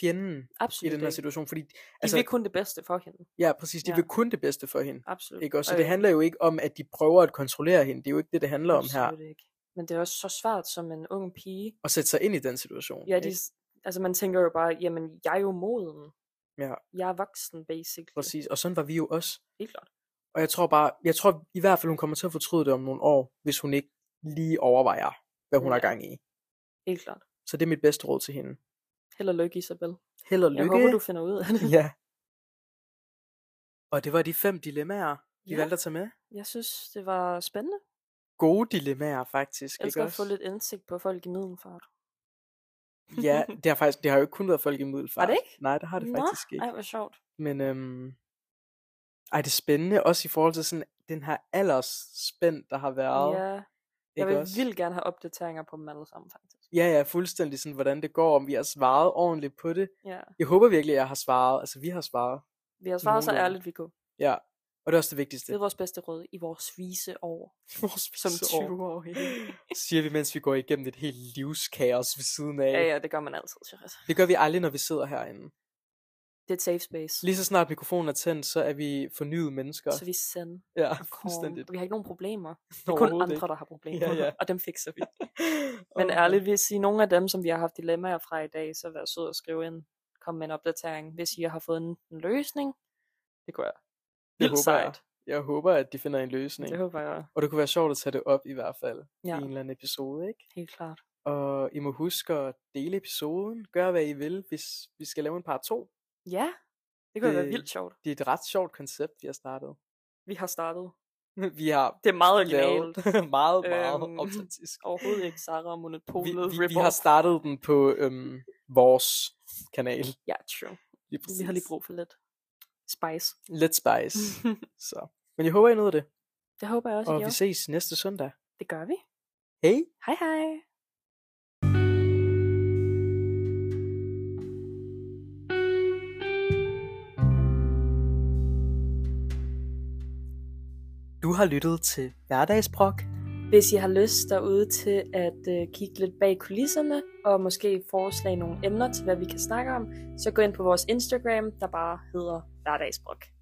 S2: fjenden i
S1: Absolut
S2: den her
S1: ikke.
S2: situation. Fordi,
S1: Altså,
S2: altså,
S1: de vil kun det bedste for hende.
S2: ja, præcis, de
S1: Ja. Øh.
S2: vil kun det bedste for hende.
S1: Absolut.
S2: Ikke også? Så
S1: Og
S2: det handler jo ikke om, at de prøver at kontrollere hende. Det er jo ikke det, det handler om her.
S1: absolut Ikke. Men det er også så svært som en ung pige.
S2: At sætte sig ind i den situation.
S1: Ja, de,
S2: ikke?
S1: altså man tænker jo bare, jamen, jeg er jo moden.
S2: Ja.
S1: Jeg er voksen, basically.
S2: Præcis. Og sådan var vi jo også.
S1: Helt klart.
S2: Og jeg tror bare, jeg tror i hvert fald, hun kommer til at fortryde det om nogle år, hvis hun ikke lige overvejer, hvad hun ja. har
S1: Ja.
S2: gang i.
S1: Helt klart.
S2: Så det er mit bedste råd til hende.
S1: Held og lykke, Isabel.
S2: Held og
S1: Jeg
S2: lykke.
S1: håber, du finder ud af det.
S2: Ja. Og det var de fem dilemmaer, vi
S1: Ja.
S2: valgte at tage med.
S1: Jeg synes, det var spændende.
S2: Gode dilemmaer, faktisk.
S1: Jeg
S2: ikke
S1: elsker at få
S2: også?
S1: lidt indsigt på folk i middelfart.
S2: Ja, det har, faktisk, det har jo ikke kun været folk i middelfart.
S1: Har det ikke?
S2: Nej, det har det
S1: Nå,
S2: faktisk ikke.
S1: Ej, hvor sjovt.
S2: Men øhm, ej, det er spændende, også i forhold til sådan, den her aldersspænd, der har været.
S1: Ja, jeg
S2: ikke
S1: vil
S2: også?
S1: vildt gerne have opdateringer på dem alle sammen, faktisk.
S2: Ja, ja, fuldstændig sådan, hvordan det går, om vi har svaret ordentligt på det.
S1: Ja.
S2: Jeg håber virkelig, at jeg har svaret. Altså, vi har svaret.
S1: Vi har svaret så
S2: Nogenlunde.
S1: ærligt, vi kunne.
S2: Ja, og det er også det vigtigste.
S1: Det er vores bedste råd i vores vise år.
S2: vores
S1: Som
S2: vise år.
S1: 20 år.
S2: Siger vi, mens vi går igennem et helt livskaos ved siden af.
S1: Ja, ja, det gør man altid, Charisse.
S2: Det gør vi aldrig, når vi sidder herinde.
S1: Det er et safe space.
S2: Lige så snart mikrofonen er tændt, så er vi fornyet mennesker.
S1: Så vi er sende.
S2: Ja,
S1: Korn.
S2: fuldstændigt.
S1: Vi har ikke nogen problemer. Det er kun andre, der har problemer,
S2: Ja, ja.
S1: og dem fikser vi. Men ærligt, hvis I nogle af dem, som vi har haft dilemmaer fra i dag, så vær sød at skrive ind. Kom med en opdatering, hvis I har fået en, en løsning. Det kunne jeg. Vildt
S2: håber jeg.
S1: sejt.
S2: Jeg håber, at de finder en løsning.
S1: Det håber jeg
S2: Og det kunne være sjovt at tage det op i hvert fald
S1: Ja.
S2: ja. i en eller anden episode, ikke?
S1: helt klart.
S2: Og I må huske at dele episoden. Gør hvad I vil, hvis vi skal lave en par to.
S1: Ja, det kunne det... være
S2: Det-
S1: vildt sjovt.
S2: Det er et ret sjovt koncept, vi har startet.
S1: Vi har startet.
S2: Vi har
S1: Det er meget
S2: lavet
S1: originalt.
S2: meget, meget
S1: Øhm,
S2: øhm, autentisk.
S1: Overhovedet ikke Sarah og
S2: Vi,
S1: Monopolet.
S2: vi, vi har startet den på øhm, vores kanal.
S1: Ja, true.
S2: Lige
S1: Vi har lige brug for lidt spice.
S2: Let's Spice. Så. Men jeg håber, I nåede det.
S1: det håber jeg også,
S2: Og
S1: I
S2: vi
S1: gjorde.
S2: ses næste søndag.
S1: Det gør vi.
S2: Hej!
S1: Hej hej.
S2: Du har lyttet til Hverdagsbrok.
S1: Hvis I har lyst derude til at øh, kigge lidt bag kulisserne, og måske foreslage nogle emner til, hvad vi kan snakke om, så gå ind på vores Instagram, der bare hedder Hverdagsbrok.